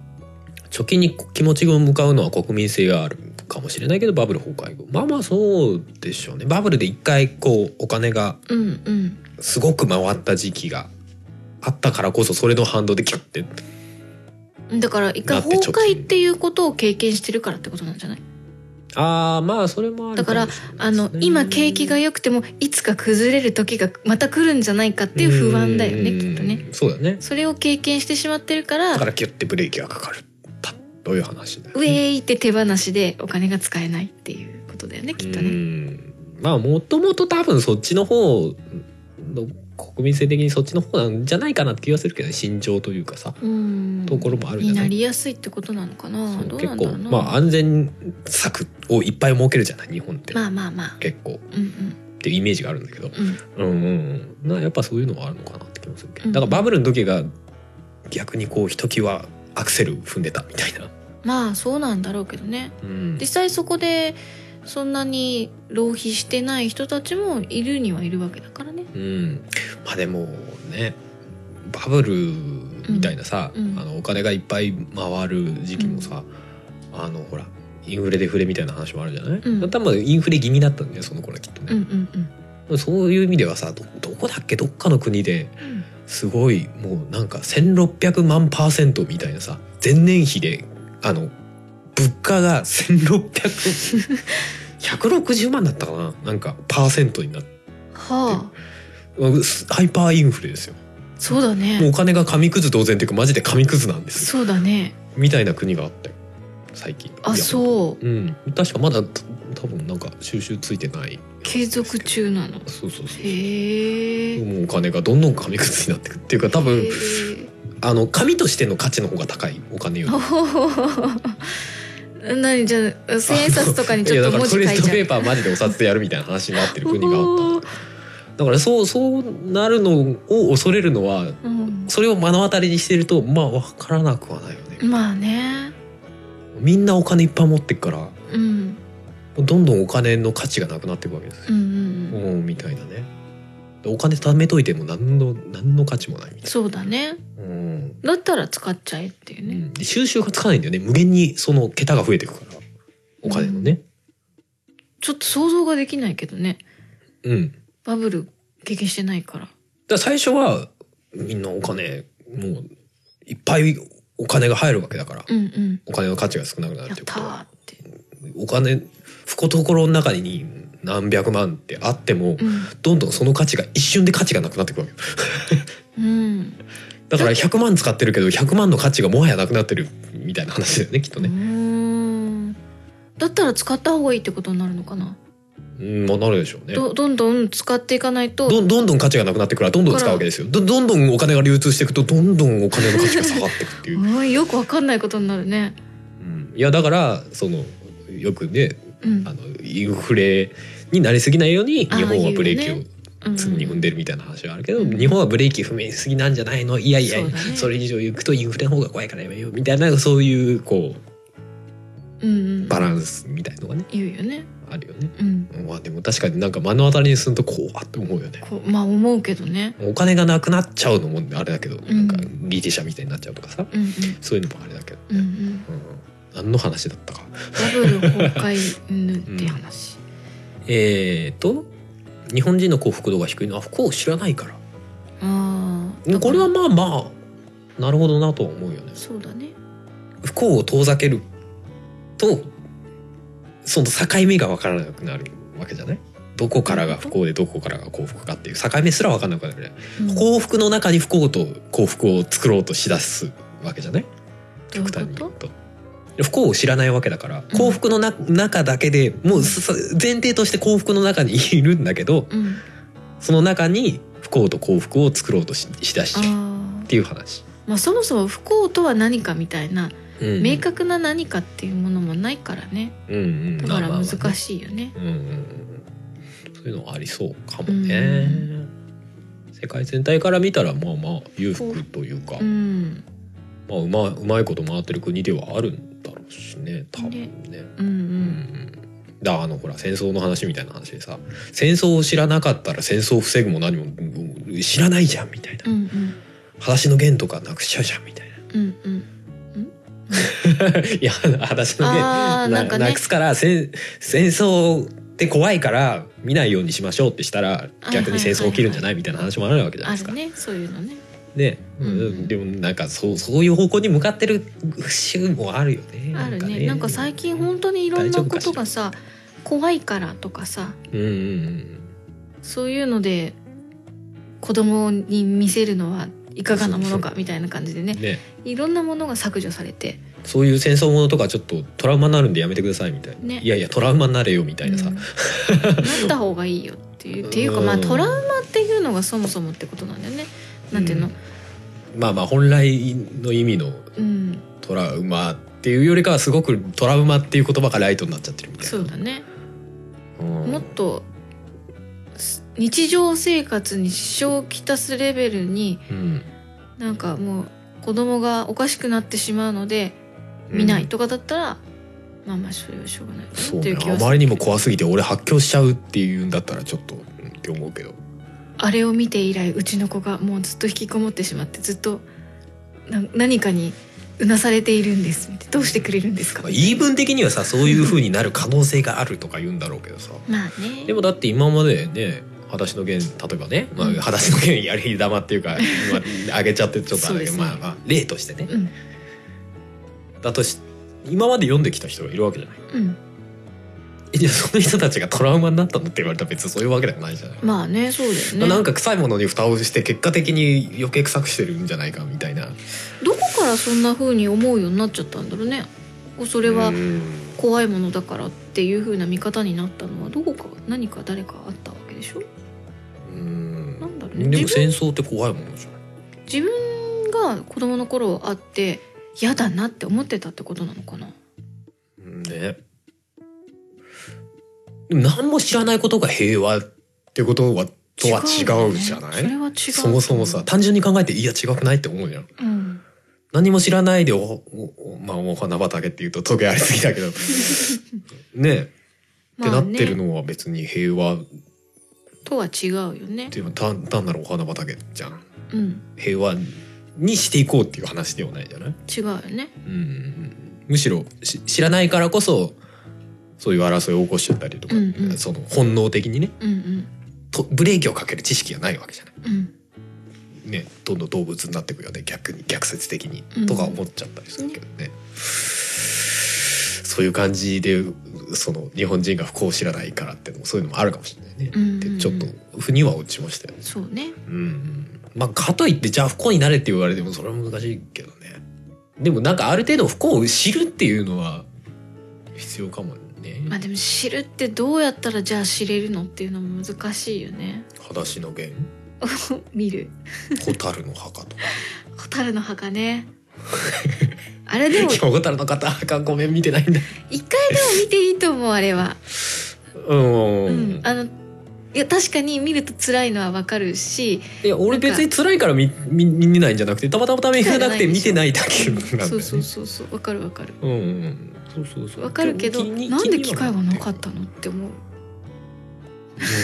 [SPEAKER 1] 貯金に気持ちが向かうのは国民性があるかもしれないけどバブル崩壊後まあまあそうでしょうねバブルで一回こうお金が
[SPEAKER 2] うん。うんうん。
[SPEAKER 1] すごく回った時期があったからこそそれの反動でキュッて
[SPEAKER 2] だから一回
[SPEAKER 1] なって
[SPEAKER 2] 崩
[SPEAKER 1] 貯金
[SPEAKER 2] 壊っていうことを経験してるからってことなんじゃない
[SPEAKER 1] ああまあそれもあるもしれな
[SPEAKER 2] あ
[SPEAKER 1] いですね
[SPEAKER 2] の今景気が良くてもいつか崩れる時がまた来るんじゃないかっていう不安だよね
[SPEAKER 1] うん
[SPEAKER 2] きっとね
[SPEAKER 1] そうだね
[SPEAKER 2] それを経験してしまってるから
[SPEAKER 1] だからキュッてブレーキがかかるたという話だよ
[SPEAKER 2] ウ
[SPEAKER 1] ね
[SPEAKER 2] ェーイって手放しでお金が使えないっていうことだよねきっと
[SPEAKER 1] う
[SPEAKER 2] ね
[SPEAKER 1] んまあもともと多分そっちの方の国民性的にそっちの方なんじゃないかなって気がするけどね心情というかさ
[SPEAKER 2] うん
[SPEAKER 1] ところもあるじ
[SPEAKER 2] に
[SPEAKER 1] ゃな
[SPEAKER 2] ないりやすいってことなのか
[SPEAKER 1] そ
[SPEAKER 2] な
[SPEAKER 1] う
[SPEAKER 2] どう
[SPEAKER 1] 結
[SPEAKER 2] なん
[SPEAKER 1] 構
[SPEAKER 2] だろうな
[SPEAKER 1] まあ安全策をいっぱい設けるじゃない日本って、
[SPEAKER 2] まあまあまあ
[SPEAKER 1] 結構
[SPEAKER 2] うん
[SPEAKER 1] っていうイメージがあるんだけど
[SPEAKER 2] うんうん
[SPEAKER 1] うんうんうんなやっぱそういうのはあるのかなって気もするけど、
[SPEAKER 2] うん
[SPEAKER 1] だからバブルの時が逆にこうひときわアクセル踏んでたみたいな、
[SPEAKER 2] まあそうなんだろうけどね
[SPEAKER 1] うん
[SPEAKER 2] 実際そこでそんなに浪費してない人たちもいるにはいるわけだからね
[SPEAKER 1] うん、まあでもねバブルみたいなさ、
[SPEAKER 2] うんうん
[SPEAKER 1] あのお金がいっぱい回る時期もさ、あのほらインフレデフレみたいな話もあるじゃない、
[SPEAKER 2] うん
[SPEAKER 1] 多分インフレ気味だったんだよその頃はきっと
[SPEAKER 2] うんう
[SPEAKER 1] ね、
[SPEAKER 2] んうん
[SPEAKER 1] そういう意味ではさどどこだっけどっかの国ですごいもうなんか1600万パーセントみたいなさ前年比であの物価が1600 160万だったかななんかパーセントになって
[SPEAKER 2] はあ
[SPEAKER 1] ハイパーインフレですよ
[SPEAKER 2] そうだ
[SPEAKER 1] もう
[SPEAKER 2] ね
[SPEAKER 1] お金が紙くず同然っていうかマジで紙くずなんですよ
[SPEAKER 2] そうだね
[SPEAKER 1] みたいな国があったよ最近
[SPEAKER 2] あそう
[SPEAKER 1] ううん確かまだた多分なんか収集ついてない
[SPEAKER 2] 継続中なの
[SPEAKER 1] そうそうそう
[SPEAKER 2] へえ
[SPEAKER 1] もうお金がどんどん紙くずになってくっていうか多分あの紙としての価値の方が高いお金より
[SPEAKER 2] おほほほほ何じゃあ千円札とかにちょっ と
[SPEAKER 1] いやだか
[SPEAKER 2] 文
[SPEAKER 1] らト
[SPEAKER 2] 字
[SPEAKER 1] イレ
[SPEAKER 2] 書い
[SPEAKER 1] ット
[SPEAKER 2] ち
[SPEAKER 1] ペ
[SPEAKER 2] ゃう
[SPEAKER 1] ーパーマジでお札でやるみたいな話になってる国があったんだよだからそうそうなるのを恐れるのは
[SPEAKER 2] うん
[SPEAKER 1] それを目の当たりにしてるとまあ分からなくはないよね、
[SPEAKER 2] まあね
[SPEAKER 1] みんなお金いっぱい持ってっから
[SPEAKER 2] うん
[SPEAKER 1] どんどんお金の価値がなくなっていくわけですよ
[SPEAKER 2] うんうんうん
[SPEAKER 1] うんみたいなねお金貯めといても何の何の価値もないみたい
[SPEAKER 2] そうだね
[SPEAKER 1] な、うん
[SPEAKER 2] だったら使っちゃえっていう
[SPEAKER 1] う
[SPEAKER 2] ね
[SPEAKER 1] ん収集がつかないんだよね無限にその桁が増えていくからお金のね
[SPEAKER 2] ちょっと想像ができないけどね
[SPEAKER 1] うん、だか
[SPEAKER 2] バブル経験してないから
[SPEAKER 1] ら最初はみんなお金もういっぱいお金が入るわけだから、
[SPEAKER 2] うんうん
[SPEAKER 1] お金の価値が少なくなる
[SPEAKER 2] や
[SPEAKER 1] っ
[SPEAKER 2] って
[SPEAKER 1] いうこ
[SPEAKER 2] た
[SPEAKER 1] と
[SPEAKER 2] ー
[SPEAKER 1] は
[SPEAKER 2] って
[SPEAKER 1] お金懐の中に何百万ってあっても、
[SPEAKER 2] う
[SPEAKER 1] どんどんその価値が一瞬で価値がなくなっていくわけよ
[SPEAKER 2] んうん
[SPEAKER 1] だから100万使ってるけど100万の価値がもはやなくなってるみたいな話だよねきっとね
[SPEAKER 2] うーんだったら使った方がいいってことになるのかな
[SPEAKER 1] うんまあなるでしょうね
[SPEAKER 2] どどんどん使っていかないと
[SPEAKER 1] どんどんどん価値がなくなってくからどんどん使うわけですよどどんどんお金が流通していくとどんどんお金の価値が下がっていくっていう、
[SPEAKER 2] うんよくわかんないことになるね。
[SPEAKER 1] うんいやだからそのよくね
[SPEAKER 2] うん
[SPEAKER 1] あのインフレになりすぎないように
[SPEAKER 2] あー
[SPEAKER 1] 日本はブレーキ
[SPEAKER 2] 言う
[SPEAKER 1] を
[SPEAKER 2] ようん
[SPEAKER 1] 常に踏んでるみたいな話はあるけど、
[SPEAKER 2] うん
[SPEAKER 1] 日本はブレーキ踏みすぎなんじゃないのいやいや
[SPEAKER 2] そ
[SPEAKER 1] そ,、
[SPEAKER 2] うだね
[SPEAKER 1] れ以上行くとインフレの方が怖いからやめようみたいなそういうこ
[SPEAKER 2] うんうん
[SPEAKER 1] うバランスみたいのがね
[SPEAKER 2] 言うよね。
[SPEAKER 1] あるよね。
[SPEAKER 2] うん、
[SPEAKER 1] まあでも確かになんか目の当たりにすると怖って思うよね。
[SPEAKER 2] こうまあ思うけどね。
[SPEAKER 1] お金がなくなっちゃうのもあれだけど、
[SPEAKER 2] ん
[SPEAKER 1] なんかリティシャみたいになっちゃうとかさ
[SPEAKER 2] うん
[SPEAKER 1] そういうのもあれだけど、
[SPEAKER 2] うんうんうん。
[SPEAKER 1] うん、何の話だったか。
[SPEAKER 2] ダブル崩壊うんぬんって話。
[SPEAKER 1] えー、と日本人の幸福度が低いのは不幸を知らないから。
[SPEAKER 2] ああ。
[SPEAKER 1] これはまあまあなるほどなとは思うよね
[SPEAKER 2] そうだね。
[SPEAKER 1] 不幸を遠ざけるとその境目が分からなくなるわけじゃないどこからが不幸でどこからが幸福かっていう境目すら分からなくなるよね
[SPEAKER 2] うん
[SPEAKER 1] 幸福の中に不幸と幸福を作ろうとしだすわけじゃない
[SPEAKER 2] どう
[SPEAKER 1] 極端に
[SPEAKER 2] いう
[SPEAKER 1] 言
[SPEAKER 2] こ
[SPEAKER 1] うと。不幸を知らないわけだから幸福のな中だけでもうさ前提として幸福の中にいるんだけど
[SPEAKER 2] とうん。
[SPEAKER 1] その中に不幸と幸福を作ろうとししだし
[SPEAKER 2] あ
[SPEAKER 1] ちゃうっ
[SPEAKER 2] あ。
[SPEAKER 1] ていう話。
[SPEAKER 2] まあそもそも不幸とは何かみたいな、
[SPEAKER 1] うん
[SPEAKER 2] 明確な何かっていうものもないからね。
[SPEAKER 1] うんうん、
[SPEAKER 2] だから
[SPEAKER 1] まあまあ
[SPEAKER 2] 難
[SPEAKER 1] まあ
[SPEAKER 2] しいよね。
[SPEAKER 1] うんうんうんそういうのありそうかもね。世界全体から見たらまあまあ裕福というか、
[SPEAKER 2] うん。
[SPEAKER 1] まあうまうまいこと回ってる国ではあるんだろうしね多分ね。
[SPEAKER 2] うんう
[SPEAKER 1] うん
[SPEAKER 2] ん。
[SPEAKER 1] だあのほら戦争の話みたいな話でさ戦争を知らなかったら戦争を防ぐも何もうん知らないじゃんみたいな、
[SPEAKER 2] うんうん
[SPEAKER 1] 裸足の弦とかなくしちゃうじゃんみたいな
[SPEAKER 2] うんうん。
[SPEAKER 1] いや裸足の弦
[SPEAKER 2] ああ
[SPEAKER 1] な
[SPEAKER 2] なんかね
[SPEAKER 1] く。すから戦戦争って怖いから見ないようにしましょうってしたら
[SPEAKER 2] はい
[SPEAKER 1] 逆に戦争起きるんじゃないみたいな話もあるわけじゃな
[SPEAKER 2] あ
[SPEAKER 1] いですか。
[SPEAKER 2] るねそういうのね。
[SPEAKER 1] ね
[SPEAKER 2] うんうん
[SPEAKER 1] でもなんかそうそういう方向に向かってる節もあるよね。
[SPEAKER 2] あるね。なんか最近本当にいろんなことがさ怖いからとかさ
[SPEAKER 1] うんうんうん
[SPEAKER 2] そういうので子供に見せるのはいかがなものかみたいな感じでね
[SPEAKER 1] ね
[SPEAKER 2] いろんなものが削除されて
[SPEAKER 1] そういう戦争ものとかちょっとトラウマになるんでやめてくださいみたいな、
[SPEAKER 2] ね
[SPEAKER 1] いやいやトラウマになれよみたいなさ、
[SPEAKER 2] うんなった方がいいよっていうっていうかまあ
[SPEAKER 1] うん
[SPEAKER 2] トラウマっていうのがそもそもってことなんだよね。なんていうの、
[SPEAKER 1] まあまあ本来の意味の
[SPEAKER 2] うん、
[SPEAKER 1] トラウマっていうよりかはすごくトラウマっていう言葉がライトになっちゃってるみたいな。
[SPEAKER 2] そうだね。
[SPEAKER 1] うん
[SPEAKER 2] もっとす日常生活に支障をきたすレベルに
[SPEAKER 1] うん
[SPEAKER 2] なんかもう子供がおかしくなってしまうので見ないとかだったら、まあまあそれはしょうがないかな
[SPEAKER 1] そう
[SPEAKER 2] ってい
[SPEAKER 1] ね
[SPEAKER 2] う気
[SPEAKER 1] あ
[SPEAKER 2] はする
[SPEAKER 1] まりにも怖すぎて俺発狂しちゃうっていうんだったらちょっとうんって思うけど
[SPEAKER 2] あれを見て以来うちの子がもうずっと引きこもってしまってずっとな何かにうなされているんですみたいなどうしてくれるんですか
[SPEAKER 1] まあ言い分的にはさそういう風になる可能性があるとか言うんだろうけどさ
[SPEAKER 2] まあね
[SPEAKER 1] でもだって今までね裸足の弦例えばね、まあ、
[SPEAKER 2] うん
[SPEAKER 1] 裸足の弦やり玉っていう か、まあ、上げちゃってちょっとあれだけど、
[SPEAKER 2] そうですね
[SPEAKER 1] まあまあ例としてね
[SPEAKER 2] うん
[SPEAKER 1] だとし今まで読んできた人がいるわけじゃない
[SPEAKER 2] うん
[SPEAKER 1] えじゃあその人たちがトラウマになったのって言われたら別にそういうわけではないじゃない、
[SPEAKER 2] まあねそうだよね
[SPEAKER 1] なんか臭いものに蓋をして結果的に余計臭くしてるんじゃないかみたいな
[SPEAKER 2] どこからそんな風に思うようになっちゃったんだろうねそれは
[SPEAKER 1] うん
[SPEAKER 2] 怖いものだからっていう風な見方になったのはどこか何か誰かあったわけでしょ
[SPEAKER 1] うん
[SPEAKER 2] なんだろうね
[SPEAKER 1] でも
[SPEAKER 2] 自分
[SPEAKER 1] 戦争って怖いものじゃない
[SPEAKER 2] 自分が子供の頃あって嫌だなって思ってたってことなのかな
[SPEAKER 1] うんねでも何も知らないことが平和ってことはとは違うじゃない
[SPEAKER 2] 違うよねそれは違う
[SPEAKER 1] そもそもさ単純に考えていや違くないって思うじゃん
[SPEAKER 2] うん
[SPEAKER 1] 何も知らないでおおおまあお花畑っていうとトゲありすぎだけど ねってなってる
[SPEAKER 2] まあね
[SPEAKER 1] のは別に平和っ
[SPEAKER 2] とは違うよね
[SPEAKER 1] ていうのは単単なるお花畑じゃん
[SPEAKER 2] うん
[SPEAKER 1] 平和にしていこうっていう話ではないじゃない
[SPEAKER 2] 違うよね
[SPEAKER 1] うんうんうんむしろし知らないからこそそういう争いを起こしちゃったりとか、
[SPEAKER 2] うんうん
[SPEAKER 1] その本能的にね
[SPEAKER 2] うんうん
[SPEAKER 1] とブレーキをかける知識がないわけじゃない。
[SPEAKER 2] うん
[SPEAKER 1] ね、どんどん動物になっていくよね逆に逆説的に、
[SPEAKER 2] うん
[SPEAKER 1] とか思っちゃったりするけどね。そういう感じでその日本人が不幸を知らないからってのもそういうのもあるかもしれないね。
[SPEAKER 2] うんうんうん
[SPEAKER 1] でちょっと腑には落ちましたよね。
[SPEAKER 2] そうね
[SPEAKER 1] うんうんまあかといってじゃあ不幸になれって言われてもそれは難しいけどねでもなんかある程度不幸を知るっていうのは必要かもね、
[SPEAKER 2] まあでも知るってどうやったらじゃあ知れるのっていうのも難しいよね
[SPEAKER 1] 裸足の弦
[SPEAKER 2] 見る
[SPEAKER 1] 蛍の墓とか
[SPEAKER 2] 蛍の墓ねあれで
[SPEAKER 1] 今
[SPEAKER 2] も
[SPEAKER 1] 日
[SPEAKER 2] 一
[SPEAKER 1] 蛍の方墓ごめん見てないんだ
[SPEAKER 2] 回でも見ていいと思うあれは
[SPEAKER 1] うん、
[SPEAKER 2] うん、あのいや確かに見ると辛いのはわかるし
[SPEAKER 1] いや俺別に辛いから見見見ないんじゃなくてたまたまためがなくて見てないだけなんだよね
[SPEAKER 2] そうそうそうそうわかるわかる
[SPEAKER 1] うんうんそうそうそう
[SPEAKER 2] わかるけど
[SPEAKER 1] 気に
[SPEAKER 2] なんで機
[SPEAKER 1] 気には
[SPEAKER 2] 会が
[SPEAKER 1] な
[SPEAKER 2] な
[SPEAKER 1] っ
[SPEAKER 2] かったのって思う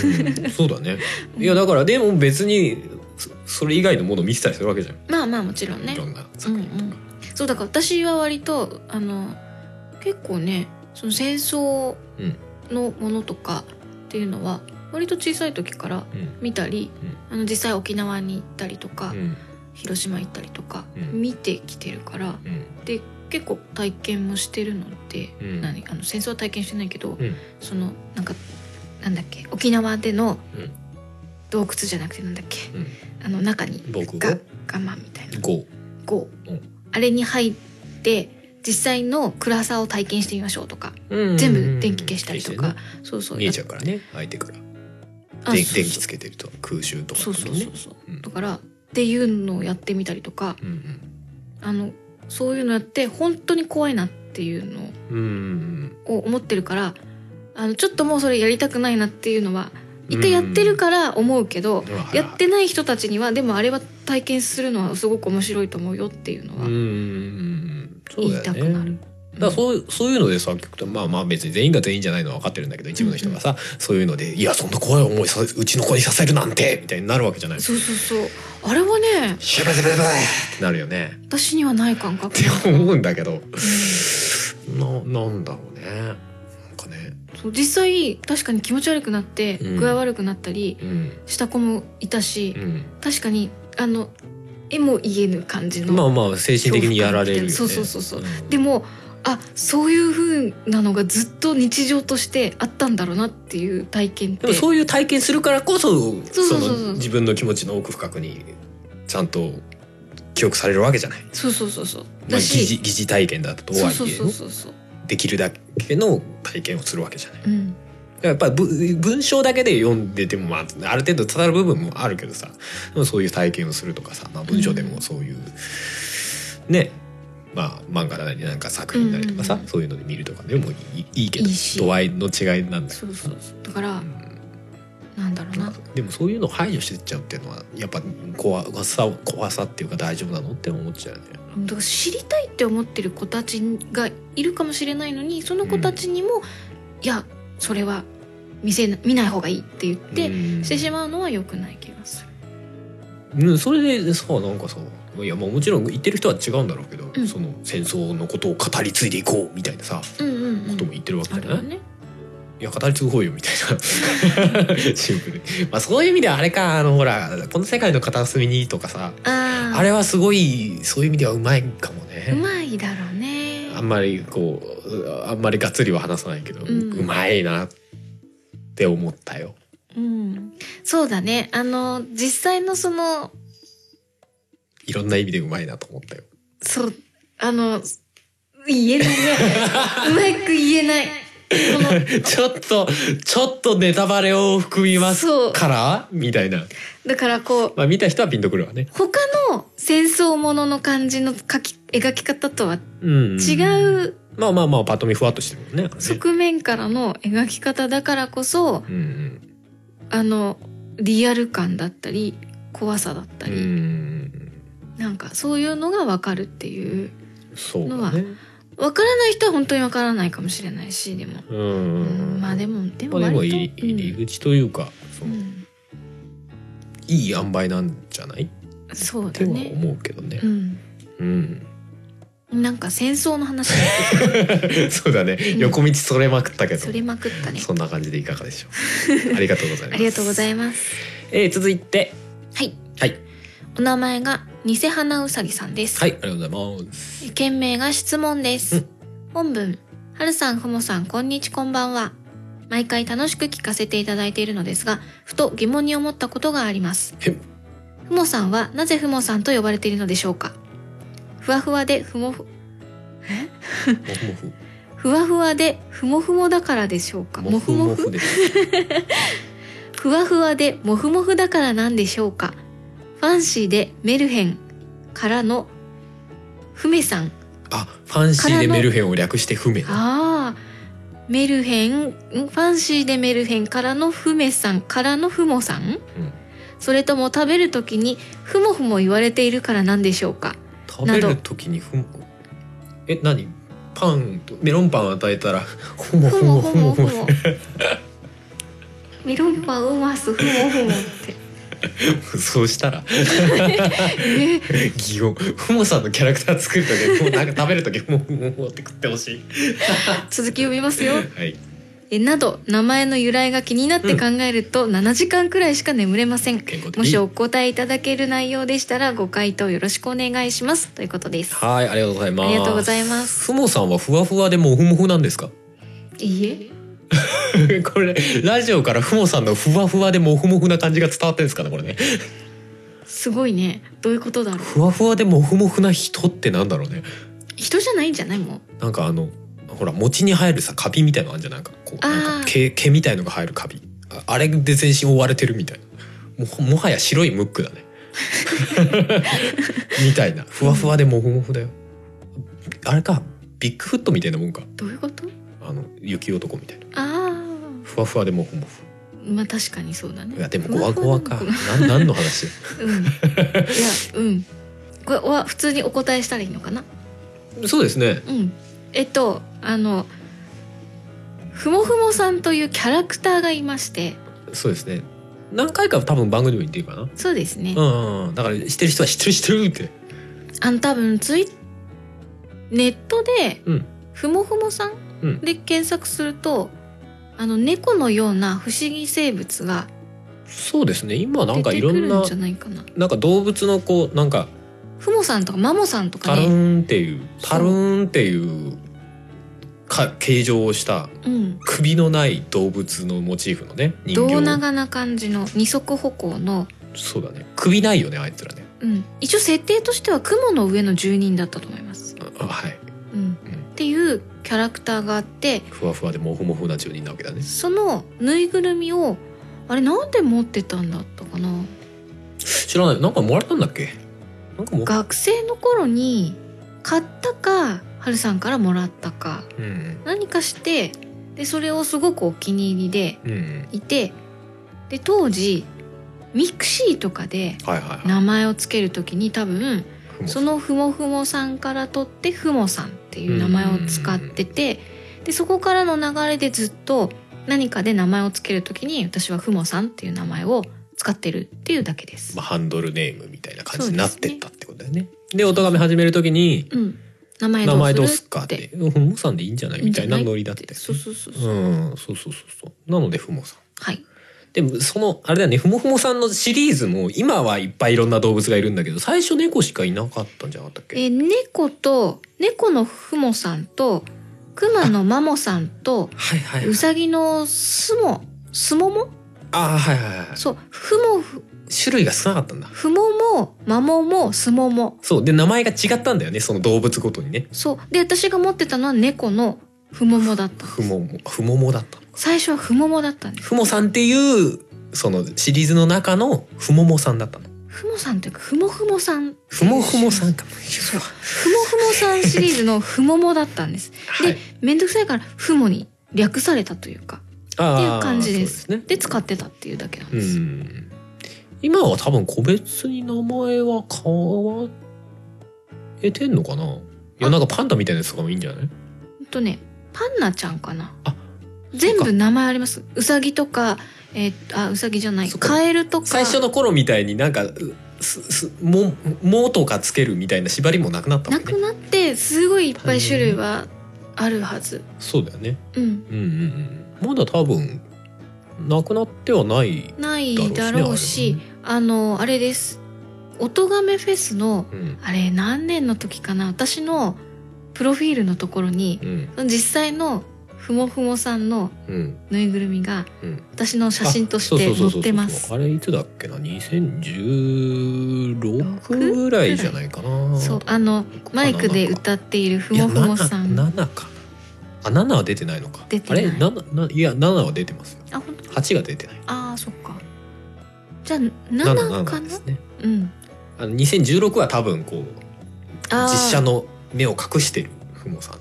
[SPEAKER 1] うんそうだねいやだからでも別にそそれ以外のもの見せたりするわけじゃん、
[SPEAKER 2] まあまあもちろんね
[SPEAKER 1] いろんな
[SPEAKER 2] うん
[SPEAKER 1] 作
[SPEAKER 2] う
[SPEAKER 1] 品とか、
[SPEAKER 2] んそうだから私は割とあの結構ねその戦争のものとかっていうのは割と小さい時から
[SPEAKER 1] うん
[SPEAKER 2] 見たり、あの実際沖縄に行ったりとか、
[SPEAKER 1] うん
[SPEAKER 2] 広島行ったりとか
[SPEAKER 1] うん
[SPEAKER 2] 見てきてるから
[SPEAKER 1] うん
[SPEAKER 2] で結構体験もしてるので、
[SPEAKER 1] うん
[SPEAKER 2] 何あの戦争は体験してないけど、
[SPEAKER 1] うん
[SPEAKER 2] そのなんかなんだっけ沖縄での
[SPEAKER 1] うん
[SPEAKER 2] 洞窟じゃなくてなんだっけ
[SPEAKER 1] うん
[SPEAKER 2] あの中に
[SPEAKER 1] 僕
[SPEAKER 2] が
[SPEAKER 1] が
[SPEAKER 2] 我慢みたいな
[SPEAKER 1] 5
[SPEAKER 2] GO、
[SPEAKER 1] うん
[SPEAKER 2] あれに入って実際の暗さを体験してみましょうとか、全部電気消したりとか、そうそう
[SPEAKER 1] 見えちゃうからね相手から
[SPEAKER 2] あ
[SPEAKER 1] 電
[SPEAKER 2] そう
[SPEAKER 1] 電気つけてると空襲とか
[SPEAKER 2] そうそうそう
[SPEAKER 1] ね
[SPEAKER 2] そう
[SPEAKER 1] うん
[SPEAKER 2] だからっていうのをやってみたりとか
[SPEAKER 1] うん
[SPEAKER 2] あのそういうのやって本当に怖いなっていうの
[SPEAKER 1] うんうん
[SPEAKER 2] を思ってるからあのちょっともうそれやりたくないなっていうのは
[SPEAKER 1] うん
[SPEAKER 2] 一回やってるから思うけど、
[SPEAKER 1] うんうん
[SPEAKER 2] やってない人たちにはでもあれは体験するのはすごく面白いと思うよっていうの
[SPEAKER 1] うん
[SPEAKER 2] は、
[SPEAKER 1] うん
[SPEAKER 2] うん
[SPEAKER 1] うんそうだよ
[SPEAKER 2] 言いたくな
[SPEAKER 1] ねだからそうそういうのでさ結局まあまあ別に全員が全員じゃないのは分かってるんだけど一部の人がさ、そういうので「いやそんな怖い思いさせうちの子にさせるなんて!」みたいになるわけじゃない
[SPEAKER 2] そうそうそうあれはね
[SPEAKER 1] シャバシャバシャバってなるよね
[SPEAKER 2] 私にはない感覚
[SPEAKER 1] って思うんだけど
[SPEAKER 2] うん
[SPEAKER 1] ななんだろうねなんかね
[SPEAKER 2] そう実際確かに気持ち悪くなって
[SPEAKER 1] うん
[SPEAKER 2] 具合悪くなったり
[SPEAKER 1] うん
[SPEAKER 2] した子もいたし、
[SPEAKER 1] うん
[SPEAKER 2] 確かにあの絵も言えぬ感じの、
[SPEAKER 1] まあまあ精神的にやられるよね
[SPEAKER 2] そうそうそうそう
[SPEAKER 1] うん
[SPEAKER 2] でもあそういう風なのがずっと日常としてあったんだろうなっていう体験っ
[SPEAKER 1] で
[SPEAKER 2] て
[SPEAKER 1] もそういう体験するからこそ
[SPEAKER 2] そうそ
[SPEAKER 1] そう
[SPEAKER 2] そうそう
[SPEAKER 1] の自分の気持ちの奥深くにちゃんと記憶されるわけじゃない、
[SPEAKER 2] そうそうそうそう
[SPEAKER 1] まあ、
[SPEAKER 2] だ
[SPEAKER 1] 疑
[SPEAKER 2] し、
[SPEAKER 1] 似疑似体験だと
[SPEAKER 2] そ
[SPEAKER 1] は
[SPEAKER 2] う
[SPEAKER 1] い
[SPEAKER 2] そう
[SPEAKER 1] え
[SPEAKER 2] そうそうそう
[SPEAKER 1] できるだけの体験をするわけじゃない
[SPEAKER 2] うん
[SPEAKER 1] やっぱりぶ文章だけで読んでても、まあ、ある程度伝わる部分もあるけどさでもそういう体験をするとかさ、まあ、文章でもそういう、ねまあ漫画なりなんか作品なりとかさ、
[SPEAKER 2] うんうんうん
[SPEAKER 1] そういうので見るとかでもいいいいけど
[SPEAKER 2] いいし
[SPEAKER 1] 度合いの違いなんだ
[SPEAKER 2] そうそうそうだから、
[SPEAKER 1] ん
[SPEAKER 2] なんだろうな
[SPEAKER 1] でもそういうのを排除してっちゃうっていうのはやっぱ怖さ怖さっていうか大丈夫なのって思っちゃうね。
[SPEAKER 2] だから知りたいって思ってる子たちがいるかもしれないのにその子たちにも、いやそれは見せな見ない方がいいって言って、
[SPEAKER 1] うん
[SPEAKER 2] してしまうのは良くない気がする。
[SPEAKER 1] うん、それでさなんかさいやまあもちろん言ってる人は違うんだろうけど、
[SPEAKER 2] うん
[SPEAKER 1] その戦争のことを語り継いでいこうみたいなさ
[SPEAKER 2] うんうんう
[SPEAKER 1] ことも
[SPEAKER 2] ん
[SPEAKER 1] 言ってるわけ
[SPEAKER 2] あ
[SPEAKER 1] じゃな
[SPEAKER 2] れ
[SPEAKER 1] い、
[SPEAKER 2] はね、
[SPEAKER 1] いや語り継ごうよみたいな シンプルに、まあ、そういう意味ではあれかあのほら「この世界の片隅に」とかさ
[SPEAKER 2] あー
[SPEAKER 1] あれはすごいそういう意味ではうまいかも
[SPEAKER 2] う
[SPEAKER 1] ね、
[SPEAKER 2] まいだろうね
[SPEAKER 1] あんまりこうあんまりがっつりは話さないけど、うんまいなって思ったよ。
[SPEAKER 2] うん、そうだねあの実際のその
[SPEAKER 1] いろんな意味でうまいなと思ったよ。
[SPEAKER 2] そうあの言えない ねうまく言えないこの
[SPEAKER 1] ちょっとちょっとネタバレを含みます
[SPEAKER 2] そう
[SPEAKER 1] からみたいな。
[SPEAKER 2] だからこう
[SPEAKER 1] まあ見た人はピンとくるわね。
[SPEAKER 2] 他の戦争ものの感じの描き描き方とは
[SPEAKER 1] うん、
[SPEAKER 2] 違
[SPEAKER 1] う。
[SPEAKER 2] う
[SPEAKER 1] まあまあまあパッと見ふわっとしてるもんね。
[SPEAKER 2] 側面からの描き方だからこそ
[SPEAKER 1] うんうん
[SPEAKER 2] あのリアル感だったり怖さだった
[SPEAKER 1] う
[SPEAKER 2] り、
[SPEAKER 1] ん。
[SPEAKER 2] なんかそういうのが分かるっていう
[SPEAKER 1] そう
[SPEAKER 2] の
[SPEAKER 1] だ
[SPEAKER 2] は
[SPEAKER 1] ね。
[SPEAKER 2] 分からない人は本当に分からないかもしれないしでも、
[SPEAKER 1] う
[SPEAKER 2] うん
[SPEAKER 1] ん。
[SPEAKER 2] まあでもでも
[SPEAKER 1] まあでも
[SPEAKER 2] 割と
[SPEAKER 1] 入り入り口というか、そ
[SPEAKER 2] うん
[SPEAKER 1] の
[SPEAKER 2] うん
[SPEAKER 1] いい塩梅なんじゃないっ
[SPEAKER 2] そうだ
[SPEAKER 1] ては
[SPEAKER 2] ね
[SPEAKER 1] 思うけどね
[SPEAKER 2] う。ん
[SPEAKER 1] うん。
[SPEAKER 2] なんか戦争の 話
[SPEAKER 1] そうだね。横道それまくったけど
[SPEAKER 2] そ。れまくったね
[SPEAKER 1] そんな感じでいかがでしょう。ありがとうございます。
[SPEAKER 2] ありがとうござ
[SPEAKER 1] ま
[SPEAKER 2] います
[SPEAKER 1] す。えー続いて
[SPEAKER 2] はい
[SPEAKER 1] はい
[SPEAKER 2] お名前が偽花うさぎさんです
[SPEAKER 1] はいありがとうございます。
[SPEAKER 2] 件名が質問です、
[SPEAKER 1] うん
[SPEAKER 2] 本文はるさんふもさんこんにちこんばんは毎回楽しく聞かせていただいているのですがふと疑問に思ったことがあります
[SPEAKER 1] へ
[SPEAKER 2] ふもさんはなぜふもさんと呼ばれているのでしょうかふわふわでふもふ
[SPEAKER 1] もふもふ。
[SPEAKER 2] ふふわふわでふもふもだからでしょうかもふもふ
[SPEAKER 1] で
[SPEAKER 2] ふわふわでもふもふだからなんでしょうかファンシーでメルヘンからのふめさん
[SPEAKER 1] あファンシーでメルヘンを略してフメあ
[SPEAKER 2] ああメルヘンんファンシーでメルヘンからのふめさんからのふもさん、
[SPEAKER 1] ん
[SPEAKER 2] それとも食べる時にふもふも言われているからなんでしょうか
[SPEAKER 1] 食べる時にフモえ何パンメロンパン与えたらフモ
[SPEAKER 2] ふ
[SPEAKER 1] フ
[SPEAKER 2] も
[SPEAKER 1] モ
[SPEAKER 2] ふ
[SPEAKER 1] フ
[SPEAKER 2] も
[SPEAKER 1] モ
[SPEAKER 2] ふ
[SPEAKER 1] フ
[SPEAKER 2] も
[SPEAKER 1] モ
[SPEAKER 2] メロンパンうますふもふもって
[SPEAKER 1] そうしたら擬音フモさんのキャラクター作る 時もうなんか食べる時フモフモフモって食ってほしい
[SPEAKER 2] 続き読みますよ
[SPEAKER 1] はい
[SPEAKER 2] えなど名前の由来が気になって考えると7時間くらいしか眠れません、
[SPEAKER 1] 健康的
[SPEAKER 2] もしお答えいただける内容でしたらご回答よろしくお願いしますということです
[SPEAKER 1] はいありがとうございます
[SPEAKER 2] ありがとうございます
[SPEAKER 1] フモさんはふわふわでもふもふなんですか
[SPEAKER 2] いい
[SPEAKER 1] これラジオからフモさんのふわふわでもふもふな感じが伝わってるんですかねこれね
[SPEAKER 2] えすごいねどういうことだろう
[SPEAKER 1] ふわふわでもふもふな人ってなんだろうね
[SPEAKER 2] 人じゃないんじゃないもう
[SPEAKER 1] なんかあのほら餅に入るさカビみたいのあんじゃんなんかこう
[SPEAKER 2] あー
[SPEAKER 1] なんか毛毛みたいのが入るカビああれで全身覆われてるみたいなもうもはや白いムックだ ねみたいなふわふわでもふもふだよあれかビッグフットみたいなもんか
[SPEAKER 2] どういうこと
[SPEAKER 1] あの雪男みたいな
[SPEAKER 2] あ
[SPEAKER 1] ふわふわでもふもふ
[SPEAKER 2] あまあ確かにそうだね
[SPEAKER 1] いやでも
[SPEAKER 2] ふ
[SPEAKER 1] ゴ
[SPEAKER 2] わ
[SPEAKER 1] ワ
[SPEAKER 2] ふ
[SPEAKER 1] ゴ
[SPEAKER 2] わ
[SPEAKER 1] ワ
[SPEAKER 2] な
[SPEAKER 1] か
[SPEAKER 2] の
[SPEAKER 1] な何の話
[SPEAKER 2] うんいやうんこれは普通にお答えしたらいいのかな
[SPEAKER 1] そうですね
[SPEAKER 2] うんえっとあのふもふもさんというキャラクターがいまして
[SPEAKER 1] そうですね何回か多分番組でも言ってるかな
[SPEAKER 2] そうですね、
[SPEAKER 1] うん、うん、だから知ってる人は知ってる知ってるって
[SPEAKER 2] あの多分ツイネットで
[SPEAKER 1] うん
[SPEAKER 2] ふもふもさ
[SPEAKER 1] うんん
[SPEAKER 2] で検索すると、あの猫のような不思議生物が
[SPEAKER 1] そうですね今なん
[SPEAKER 2] 出
[SPEAKER 1] か
[SPEAKER 2] て
[SPEAKER 1] い
[SPEAKER 2] く
[SPEAKER 1] ろん
[SPEAKER 2] る
[SPEAKER 1] なん
[SPEAKER 2] じゃないかな
[SPEAKER 1] なんか動物のこうなんか
[SPEAKER 2] ふもさんとかマモさんとか
[SPEAKER 1] タル
[SPEAKER 2] ね
[SPEAKER 1] ーンっていう
[SPEAKER 2] そう
[SPEAKER 1] タルーンっていうか形状をした
[SPEAKER 2] うん
[SPEAKER 1] 首のない動物のモチーフのね人形
[SPEAKER 2] 胴長な感じの二足歩行の、
[SPEAKER 1] そうだね首ないよねあいつらね
[SPEAKER 2] うん、一応設定としては雲の上の住人だったと思います、
[SPEAKER 1] あはい
[SPEAKER 2] うん、っていうキャラクターがあって
[SPEAKER 1] ふわふわでモフモフな住人なわけだね
[SPEAKER 2] そのぬいぐるみをあれなんで持ってたんだったかな
[SPEAKER 1] 知らないなんかもらったんだっけなんかも
[SPEAKER 2] 学生の頃に買ったかはるさんからもらったか
[SPEAKER 1] うんうん
[SPEAKER 2] 何かしてでそれをすごくお気に入りで
[SPEAKER 1] うんうん
[SPEAKER 2] いてで当時ミクシーとかで
[SPEAKER 1] はいはいは
[SPEAKER 2] 名前をつけるときに多分
[SPEAKER 1] い
[SPEAKER 2] そのふもふもさんから取ってふもさんっていう名前を使っててでそこからの流れでずっと何かで名前をつけるときに私はふもさんっていう名前を使ってるっていうだけです。
[SPEAKER 1] まあハンドルネームみたいな感じになってったってことだよねで音め始めるときに
[SPEAKER 2] うん、名前
[SPEAKER 1] 名前ど
[SPEAKER 2] ど
[SPEAKER 1] う
[SPEAKER 2] う
[SPEAKER 1] す
[SPEAKER 2] す
[SPEAKER 1] っ
[SPEAKER 2] る
[SPEAKER 1] かって「ふもさんでいいんじゃない?」みたいなノリだって
[SPEAKER 2] そうそうそうそう、
[SPEAKER 1] うんそうそうそうそうなのでふもさん
[SPEAKER 2] はい
[SPEAKER 1] でもそのあれだよねふもふもさんのシリーズも今はいっぱいいろんな動物がいるんだけど最初猫しかいなかったんじゃなかったっ
[SPEAKER 2] え
[SPEAKER 1] け
[SPEAKER 2] ー猫と猫のふもさんと熊のマモさんと
[SPEAKER 1] はいは
[SPEAKER 2] うさぎのすもすもも
[SPEAKER 1] ああはいはいはい
[SPEAKER 2] そうふもふ
[SPEAKER 1] 種類が少なかったんだ
[SPEAKER 2] ふももまももすもも
[SPEAKER 1] そうで名前が違ったんだよねその動物ごとにね
[SPEAKER 2] そうで私が持ってたのは猫のふももだった
[SPEAKER 1] ふももふももだったの
[SPEAKER 2] 最初はふももだったんです
[SPEAKER 1] ふもさんっていうそのシリーズの中のふももさんだったの
[SPEAKER 2] ふもさんというかふもふもさん
[SPEAKER 1] ふもふもさんかも
[SPEAKER 2] そうふもふもさんシリーズのふももだったんです
[SPEAKER 1] は
[SPEAKER 2] でめんどくさいからふもに略されたというか
[SPEAKER 1] あ
[SPEAKER 2] って
[SPEAKER 1] ー
[SPEAKER 2] いう感じです
[SPEAKER 1] そうね
[SPEAKER 2] で使ってたっていうだけなん
[SPEAKER 1] う
[SPEAKER 2] です、
[SPEAKER 1] ん今は多分個別に名前は変わえてんのかないや
[SPEAKER 2] あ
[SPEAKER 1] なんかパンダみたいなやつとかもいいんじゃない
[SPEAKER 2] ほんとねパンナちゃんかな
[SPEAKER 1] あ
[SPEAKER 2] 全
[SPEAKER 1] そうか
[SPEAKER 2] 部名前ありますうさぎとかえーあうさぎじゃない
[SPEAKER 1] そっか
[SPEAKER 2] カエルとか
[SPEAKER 1] 最初の頃みたいになんかうすす「も」もとかつけるみたいな縛りもなくなったも
[SPEAKER 2] なんく
[SPEAKER 1] ね
[SPEAKER 2] なってすごいいっぱい種類はあるはず
[SPEAKER 1] そうだよね
[SPEAKER 2] うん
[SPEAKER 1] うんうんうんまだ多分なくなってはない
[SPEAKER 2] ないだろうし
[SPEAKER 1] だろ
[SPEAKER 2] あのあれですおとがめフェスの
[SPEAKER 1] うね
[SPEAKER 2] あれ何年の時かな私のプロフィールのところに
[SPEAKER 1] うんうん
[SPEAKER 2] 実際のふもふもさんの
[SPEAKER 1] うん
[SPEAKER 2] ぬいぐるみが
[SPEAKER 1] うん
[SPEAKER 2] 私の写真とし
[SPEAKER 1] あそう
[SPEAKER 2] て
[SPEAKER 1] そう
[SPEAKER 2] 載
[SPEAKER 1] そうそうそう
[SPEAKER 2] ってます
[SPEAKER 1] あれいつだっけな2016ぐらいじゃないかな
[SPEAKER 2] そうあのマイクで歌っているふもふもさん
[SPEAKER 1] 7かあ7は出てないのか
[SPEAKER 2] 出てない
[SPEAKER 1] あれ7ないや7は出てますよ
[SPEAKER 2] あ本当
[SPEAKER 1] 8が出てない
[SPEAKER 2] あーそっかじゃあ
[SPEAKER 1] 77
[SPEAKER 2] 7
[SPEAKER 1] な
[SPEAKER 2] か
[SPEAKER 1] ん
[SPEAKER 2] な
[SPEAKER 1] ですね
[SPEAKER 2] うん
[SPEAKER 1] あの2016は多分こう
[SPEAKER 2] あー
[SPEAKER 1] 実写の目を隠してるふもさん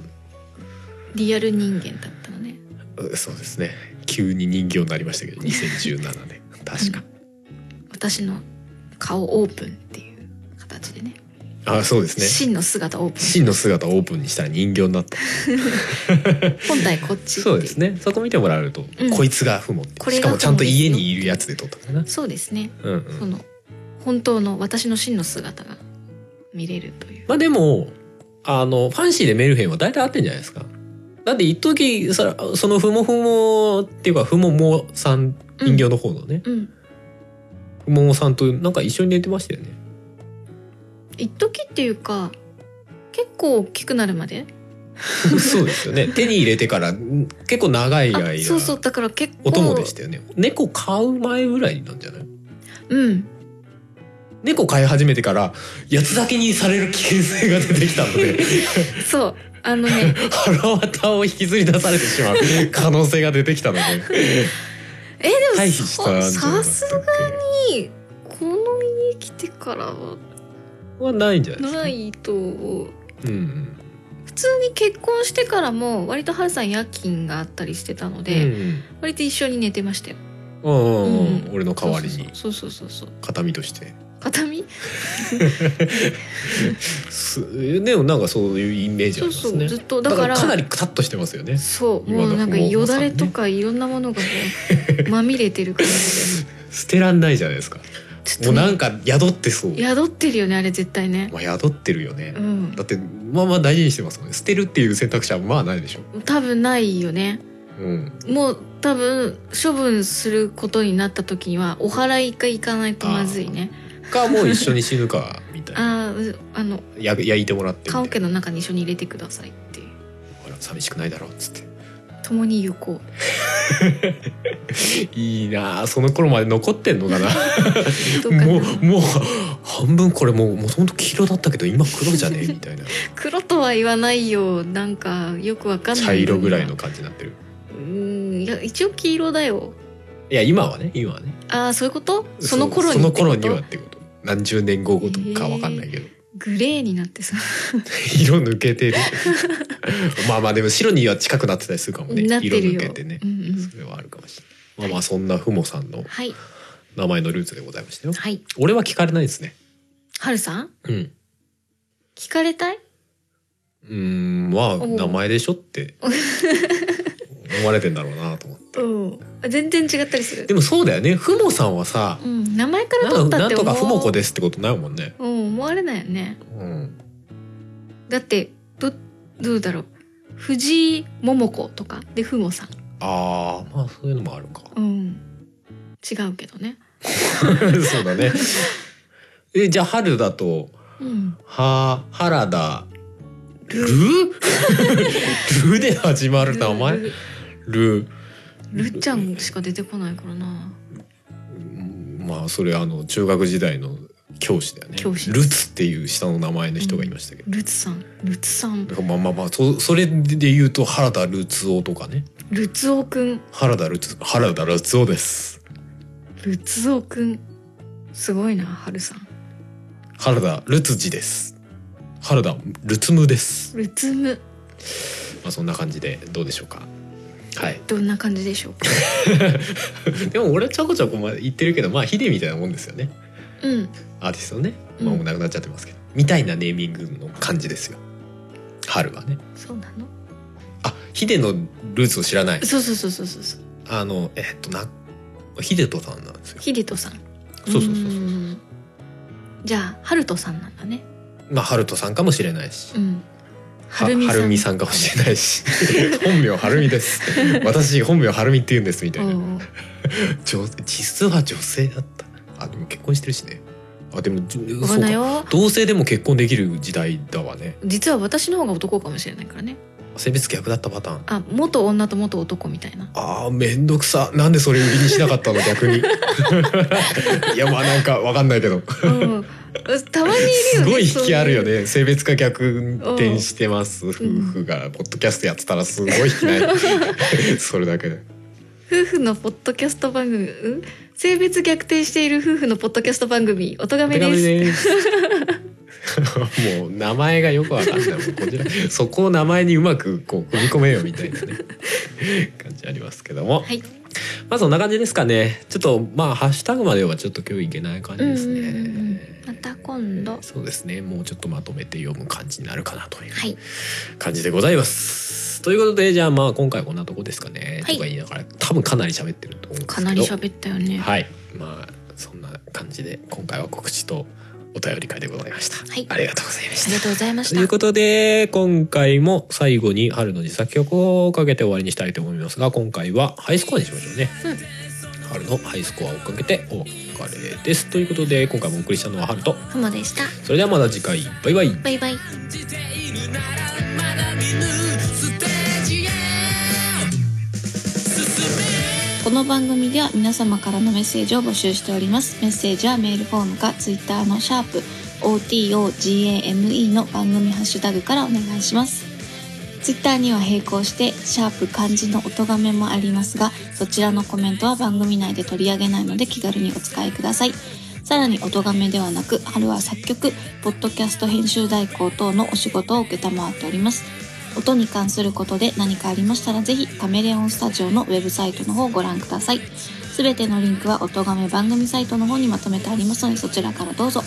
[SPEAKER 2] リアル人間だったのね
[SPEAKER 1] うそうですね急に人形になりましたけど2017年確か
[SPEAKER 2] うん私の顔オープンっていう形でね
[SPEAKER 1] あそうですね
[SPEAKER 2] 真の姿オープ
[SPEAKER 1] 真の姿をオープンにしたら人形になった
[SPEAKER 2] ン本体こっちってい
[SPEAKER 1] そうですねそこ見てもらえると、
[SPEAKER 2] うん
[SPEAKER 1] こいつがふもって
[SPEAKER 2] これ
[SPEAKER 1] し
[SPEAKER 2] が
[SPEAKER 1] かもちゃんと
[SPEAKER 2] ふもです
[SPEAKER 1] 家
[SPEAKER 2] よ
[SPEAKER 1] にいるやつで撮ったかな
[SPEAKER 2] そうですね
[SPEAKER 1] うんうん
[SPEAKER 2] その本当の私の真の姿が見れるという
[SPEAKER 1] まあでもあのファンシーでメルヘンは大体合ってんじゃないですかだって一時そらそのふもふもっていうかふももさん人形の方のね、
[SPEAKER 2] うん
[SPEAKER 1] ふももさんとなんか一緒に寝てましたよ ね
[SPEAKER 2] 一時っていうか結構大きくなるまで
[SPEAKER 1] そうですよね手に入れてからん結構長い
[SPEAKER 2] あ
[SPEAKER 1] 間
[SPEAKER 2] そうそうだから結構
[SPEAKER 1] お供でしたよね猫飼う前ぐらいなんじゃない
[SPEAKER 2] うん
[SPEAKER 1] 猫飼い始めてから八つ咲きにされる危険性が出てきたので
[SPEAKER 2] そうあ のね
[SPEAKER 1] 腹渡を引きずり出されてしまう可能性が出てきた ので
[SPEAKER 2] えでも
[SPEAKER 1] 回避したんじゃなか
[SPEAKER 2] さ
[SPEAKER 1] ったっけ
[SPEAKER 2] さすがにこの家来てからは
[SPEAKER 1] はないんじゃないですか
[SPEAKER 2] ないと思う
[SPEAKER 1] うんうん
[SPEAKER 2] 普通に結婚してからも割とハルさん夜勤があったりしてたので、割と一緒に寝てましたよ
[SPEAKER 1] うんうんうんうん
[SPEAKER 2] うん
[SPEAKER 1] 俺の代わりに
[SPEAKER 2] そうそうそうそうそうそう
[SPEAKER 1] 形見として
[SPEAKER 2] 片身
[SPEAKER 1] すでもなんかそういうイメージあり
[SPEAKER 2] そう
[SPEAKER 1] ま
[SPEAKER 2] そ
[SPEAKER 1] す
[SPEAKER 2] う、
[SPEAKER 1] ね
[SPEAKER 2] ずっとだから
[SPEAKER 1] かなりクタッとしてますよね
[SPEAKER 2] そう
[SPEAKER 1] 今
[SPEAKER 2] も
[SPEAKER 1] の
[SPEAKER 2] うなんか
[SPEAKER 1] 不毛
[SPEAKER 2] よ
[SPEAKER 1] のさ
[SPEAKER 2] だ
[SPEAKER 1] んね
[SPEAKER 2] れとかいろんなものがこ うまみれてる感じで
[SPEAKER 1] 捨てらんないじゃないですか
[SPEAKER 2] ち
[SPEAKER 1] もうなんか宿ってそう
[SPEAKER 2] 宿ってるよねあれ絶対ね
[SPEAKER 1] まあ宿ってるよね
[SPEAKER 2] うん
[SPEAKER 1] だってまあまあ大事にしてますもんね捨てるっていう選択肢はまあないでしょ
[SPEAKER 2] 多分ないよね
[SPEAKER 1] うん
[SPEAKER 2] もう多分処分することになった時にはお祓いか行かないとまずいね
[SPEAKER 1] かもう一緒に死ぬかみたいな
[SPEAKER 2] ああーうあの
[SPEAKER 1] や 焼いてもらってみた
[SPEAKER 2] 棺
[SPEAKER 1] いな
[SPEAKER 2] 桶の中に一緒に入れてくださいっていう
[SPEAKER 1] ほら寂しくないだろうっつって
[SPEAKER 2] 共に行こう
[SPEAKER 1] いいなあその頃まで残ってんのかな
[SPEAKER 2] どうかな
[SPEAKER 1] もうもう半分これもうもともと黄色だったけど今黒じゃね えみたいな
[SPEAKER 2] 黒とは言わないよなんかよくわかんない
[SPEAKER 1] 茶色ぐらいの感じになってる
[SPEAKER 2] うんいや一応黄色だよ
[SPEAKER 1] いや今はね今はね
[SPEAKER 2] ああそういうことその頃に
[SPEAKER 1] そうその
[SPEAKER 2] っ
[SPEAKER 1] 頃に
[SPEAKER 2] てこと
[SPEAKER 1] はってこと何十年後とかわかんない けど、
[SPEAKER 2] グレーになってさ、
[SPEAKER 1] 色抜け てるまあまあでも白には近くなってたりするかもね
[SPEAKER 2] なって
[SPEAKER 1] 色
[SPEAKER 2] る
[SPEAKER 1] 抜
[SPEAKER 2] よ
[SPEAKER 1] けてね
[SPEAKER 2] うんうん
[SPEAKER 1] それはあるかもしれないまあまあそんなふもさんの
[SPEAKER 2] はい
[SPEAKER 1] 名前のルーツでございましたよ
[SPEAKER 2] はい
[SPEAKER 1] 俺は聞かれないですね
[SPEAKER 2] はるさん
[SPEAKER 1] うん
[SPEAKER 2] 聞かれたいう
[SPEAKER 1] ーんまあ
[SPEAKER 2] おう
[SPEAKER 1] 名前でしょって 思われてんだろうなと思って
[SPEAKER 2] うん全然違ったりする
[SPEAKER 1] でもそうだよねふもさんはさ
[SPEAKER 2] うん名前から
[SPEAKER 1] な
[SPEAKER 2] 取
[SPEAKER 1] ん
[SPEAKER 2] った
[SPEAKER 1] な
[SPEAKER 2] っ
[SPEAKER 1] ん
[SPEAKER 2] て思
[SPEAKER 1] と
[SPEAKER 2] う
[SPEAKER 1] かふもこですってことないもんね
[SPEAKER 2] うん思われないよね
[SPEAKER 1] うん
[SPEAKER 2] だってどどうだろう藤井桃子とかでふもさん
[SPEAKER 1] あーまあそういうのもある か
[SPEAKER 2] うん違うけどね
[SPEAKER 1] そうだねえじゃあ春だと
[SPEAKER 2] うん
[SPEAKER 1] は原田
[SPEAKER 2] ル
[SPEAKER 1] ルルで始まる名前
[SPEAKER 2] ルル
[SPEAKER 1] ル
[SPEAKER 2] ルちゃんしか出てこないからな
[SPEAKER 1] うんまあそれあの中学時代の教師だよね
[SPEAKER 2] 教師
[SPEAKER 1] ルツっていう下の名前の人がいましたけど、
[SPEAKER 2] ルツさんルツさん
[SPEAKER 1] だからまあまあまあそそれで言うと原田ルツオとかね
[SPEAKER 2] ルツオくん
[SPEAKER 1] 原田ルツ原田ルツオです
[SPEAKER 2] ルツオくんすごいなはるさん
[SPEAKER 1] 原田ルツジです原田ルツムです、
[SPEAKER 2] ルツム
[SPEAKER 1] まあ、そんな感じでどうでしょうかはい
[SPEAKER 2] どんな感じでしょうか
[SPEAKER 1] でも俺はちょこちょこまあ言ってるけどまあヒデみたいなもんですよね
[SPEAKER 2] うん
[SPEAKER 1] アーティストのね、まあ、
[SPEAKER 2] うん
[SPEAKER 1] もうなくなっちゃってますけど、みたいなネーミングの感じですよ春はね
[SPEAKER 2] そうなの
[SPEAKER 1] あヒデのルーツを知らない
[SPEAKER 2] そうそうそうそうそうそう
[SPEAKER 1] あのえっとな秀人さんなんですよ。
[SPEAKER 2] ヒデトさん
[SPEAKER 1] そうそうそうそう
[SPEAKER 2] ーんじゃあハルトさんなんだね
[SPEAKER 1] まあ春人さんかもしれないし
[SPEAKER 2] う、んは
[SPEAKER 1] は
[SPEAKER 2] るみさん
[SPEAKER 1] はるみさんかもしれないし、本名はるみ です。私本名はるみって言うんですみたいな。
[SPEAKER 2] おう
[SPEAKER 1] 女実は女性だった。あでも結婚してるしね。あでもじ
[SPEAKER 2] おうわか
[SPEAKER 1] そ
[SPEAKER 2] ん
[SPEAKER 1] う
[SPEAKER 2] ない
[SPEAKER 1] か。
[SPEAKER 2] よ
[SPEAKER 1] 同性でも結婚できる時代だわね。
[SPEAKER 2] 実は私の方が男かもしれないからね
[SPEAKER 1] 性別逆だったパターン。
[SPEAKER 2] あ元女と元男みたいな
[SPEAKER 1] あーめんどくさなんで それ売りにしなかったの逆にいやまあなんかわかんないけど
[SPEAKER 2] うん たまにいるよ
[SPEAKER 1] す
[SPEAKER 2] ね
[SPEAKER 1] ごい引きあるよ
[SPEAKER 2] そうい
[SPEAKER 1] ね性別が逆転してます夫
[SPEAKER 2] ん
[SPEAKER 1] 婦がポッドキャストやってたらすごい引きない それだけで
[SPEAKER 2] う夫婦のポッドキャスト番組、うん、性別逆転している夫婦のポッドキャスト番組おとがめです
[SPEAKER 1] です もう名前がよくわかんないもうこちらそこを名前にうまくこう組み込めよみたいなね感じありますけども
[SPEAKER 2] はい
[SPEAKER 1] まあそんな感じですかねちょっとまあハッシュタグまではちょっと今日いけない感じですね、
[SPEAKER 2] うんうんうんうんまた今度
[SPEAKER 1] そうですねもうちょっとまとめて読む感じになるかなという
[SPEAKER 2] はい
[SPEAKER 1] 感じでございます。ということでじゃあまあ今回はこんなとこですかね、
[SPEAKER 2] はい
[SPEAKER 1] とか言いながら多分かなり喋ってると思うんですけ
[SPEAKER 2] か
[SPEAKER 1] ど
[SPEAKER 2] なり喋ったよね
[SPEAKER 1] はいまあそんな感じで今回は告知とお便り会でございました、
[SPEAKER 2] はい
[SPEAKER 1] ありがとうございまし
[SPEAKER 2] あ
[SPEAKER 1] た
[SPEAKER 2] りがとうございまし
[SPEAKER 1] という
[SPEAKER 2] た
[SPEAKER 1] ことで今回も最後に春の自作曲をかけて終わりにしたいと思いますが今回はハイスコアにしましょうね、
[SPEAKER 2] うん
[SPEAKER 1] 春のハイスコアをかけてお別れですということで今回もお送りしたのは春と
[SPEAKER 2] ふもでした
[SPEAKER 1] それではまた次回バイバイ
[SPEAKER 2] バイバイ
[SPEAKER 3] 信じているならまだ見ぬステージへ進め
[SPEAKER 4] この番組では皆様からのメッセージを募集しておりますメッセージはメールフォームかツイッターのシャープ o t o g a m e の番組ハッシュタグからお願いしますツイッターには並行してシャープ漢字の音がめもありますがそちらのコメントは番組内で取り上げないので気軽にお使いくださいさらに音がめではなく春は作曲ポッドキャスト編集代行等のお仕事を承っております音に関することで何かありましたらぜひカメレオンスタジオのウェブサイトの方をご覧くださいすべてのリンクは音がめ番組サイトの方にまとめてありますのでそちらからどうぞ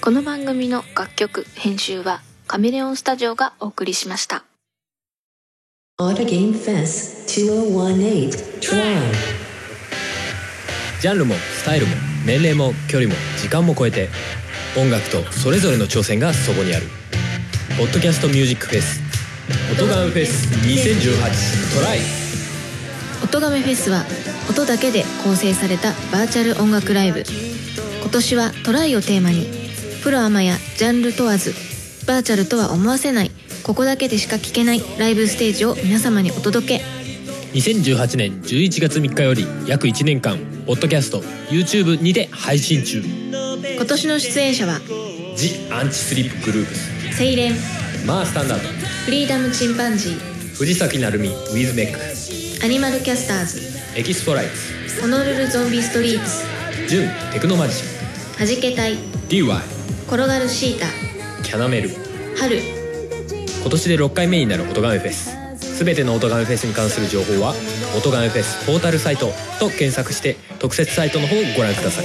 [SPEAKER 4] この番組の楽曲編集はカメレオンスタジオがお送りしました
[SPEAKER 5] Auto Game Fest 2018 Tron.
[SPEAKER 1] ジャンルもスタイルも年齢も距離も時間も超えて音楽とそれぞれの挑戦がそこにある「ポッドキャストミュージックフェス」「音ガンフェス2018トライ」
[SPEAKER 2] 音がめフェスは音だけで構成されたバーチャル音楽ライブ今年は「トライ」をテーマにプロアマやジャンル問わずバーチャルとは思わせないここだけでしか聴けないライブステージを皆様にお届け
[SPEAKER 1] 2018年11月3日より約1年間ポッドキャスト YouTube にて配信中
[SPEAKER 2] 今年の出演者は
[SPEAKER 1] 「ジ・アンチスリップグループス
[SPEAKER 2] 「セイレン」」
[SPEAKER 1] 「マースタンダード
[SPEAKER 2] 「フリーダムチンパンジー」」
[SPEAKER 1] 「藤崎鳴海ウィズメック」
[SPEAKER 2] 「アニマルキャスターズ」
[SPEAKER 1] 「エキスフォライツ
[SPEAKER 2] 「ホノルルゾンビストリートス」」
[SPEAKER 1] 「ジュン・テクノマジシ
[SPEAKER 2] 「はじけたい」
[SPEAKER 1] ン」「DY」
[SPEAKER 2] 「転がるシータ」
[SPEAKER 1] 「キャナメル」
[SPEAKER 2] 「春」
[SPEAKER 1] 今年で6回目になる音ガメフェスすべての音ガメフェスに関する情報は「音ガメフェスポータルサイト」と検索して特設サイトの方をご覧ください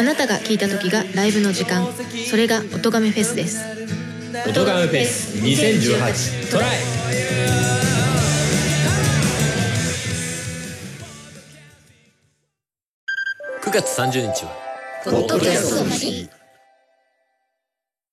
[SPEAKER 2] あなたが聴いた時がライブの時間それが音がめフェスです
[SPEAKER 1] 「音ガメフェス2018トライ!」9月30日は「ポッドキャストの日」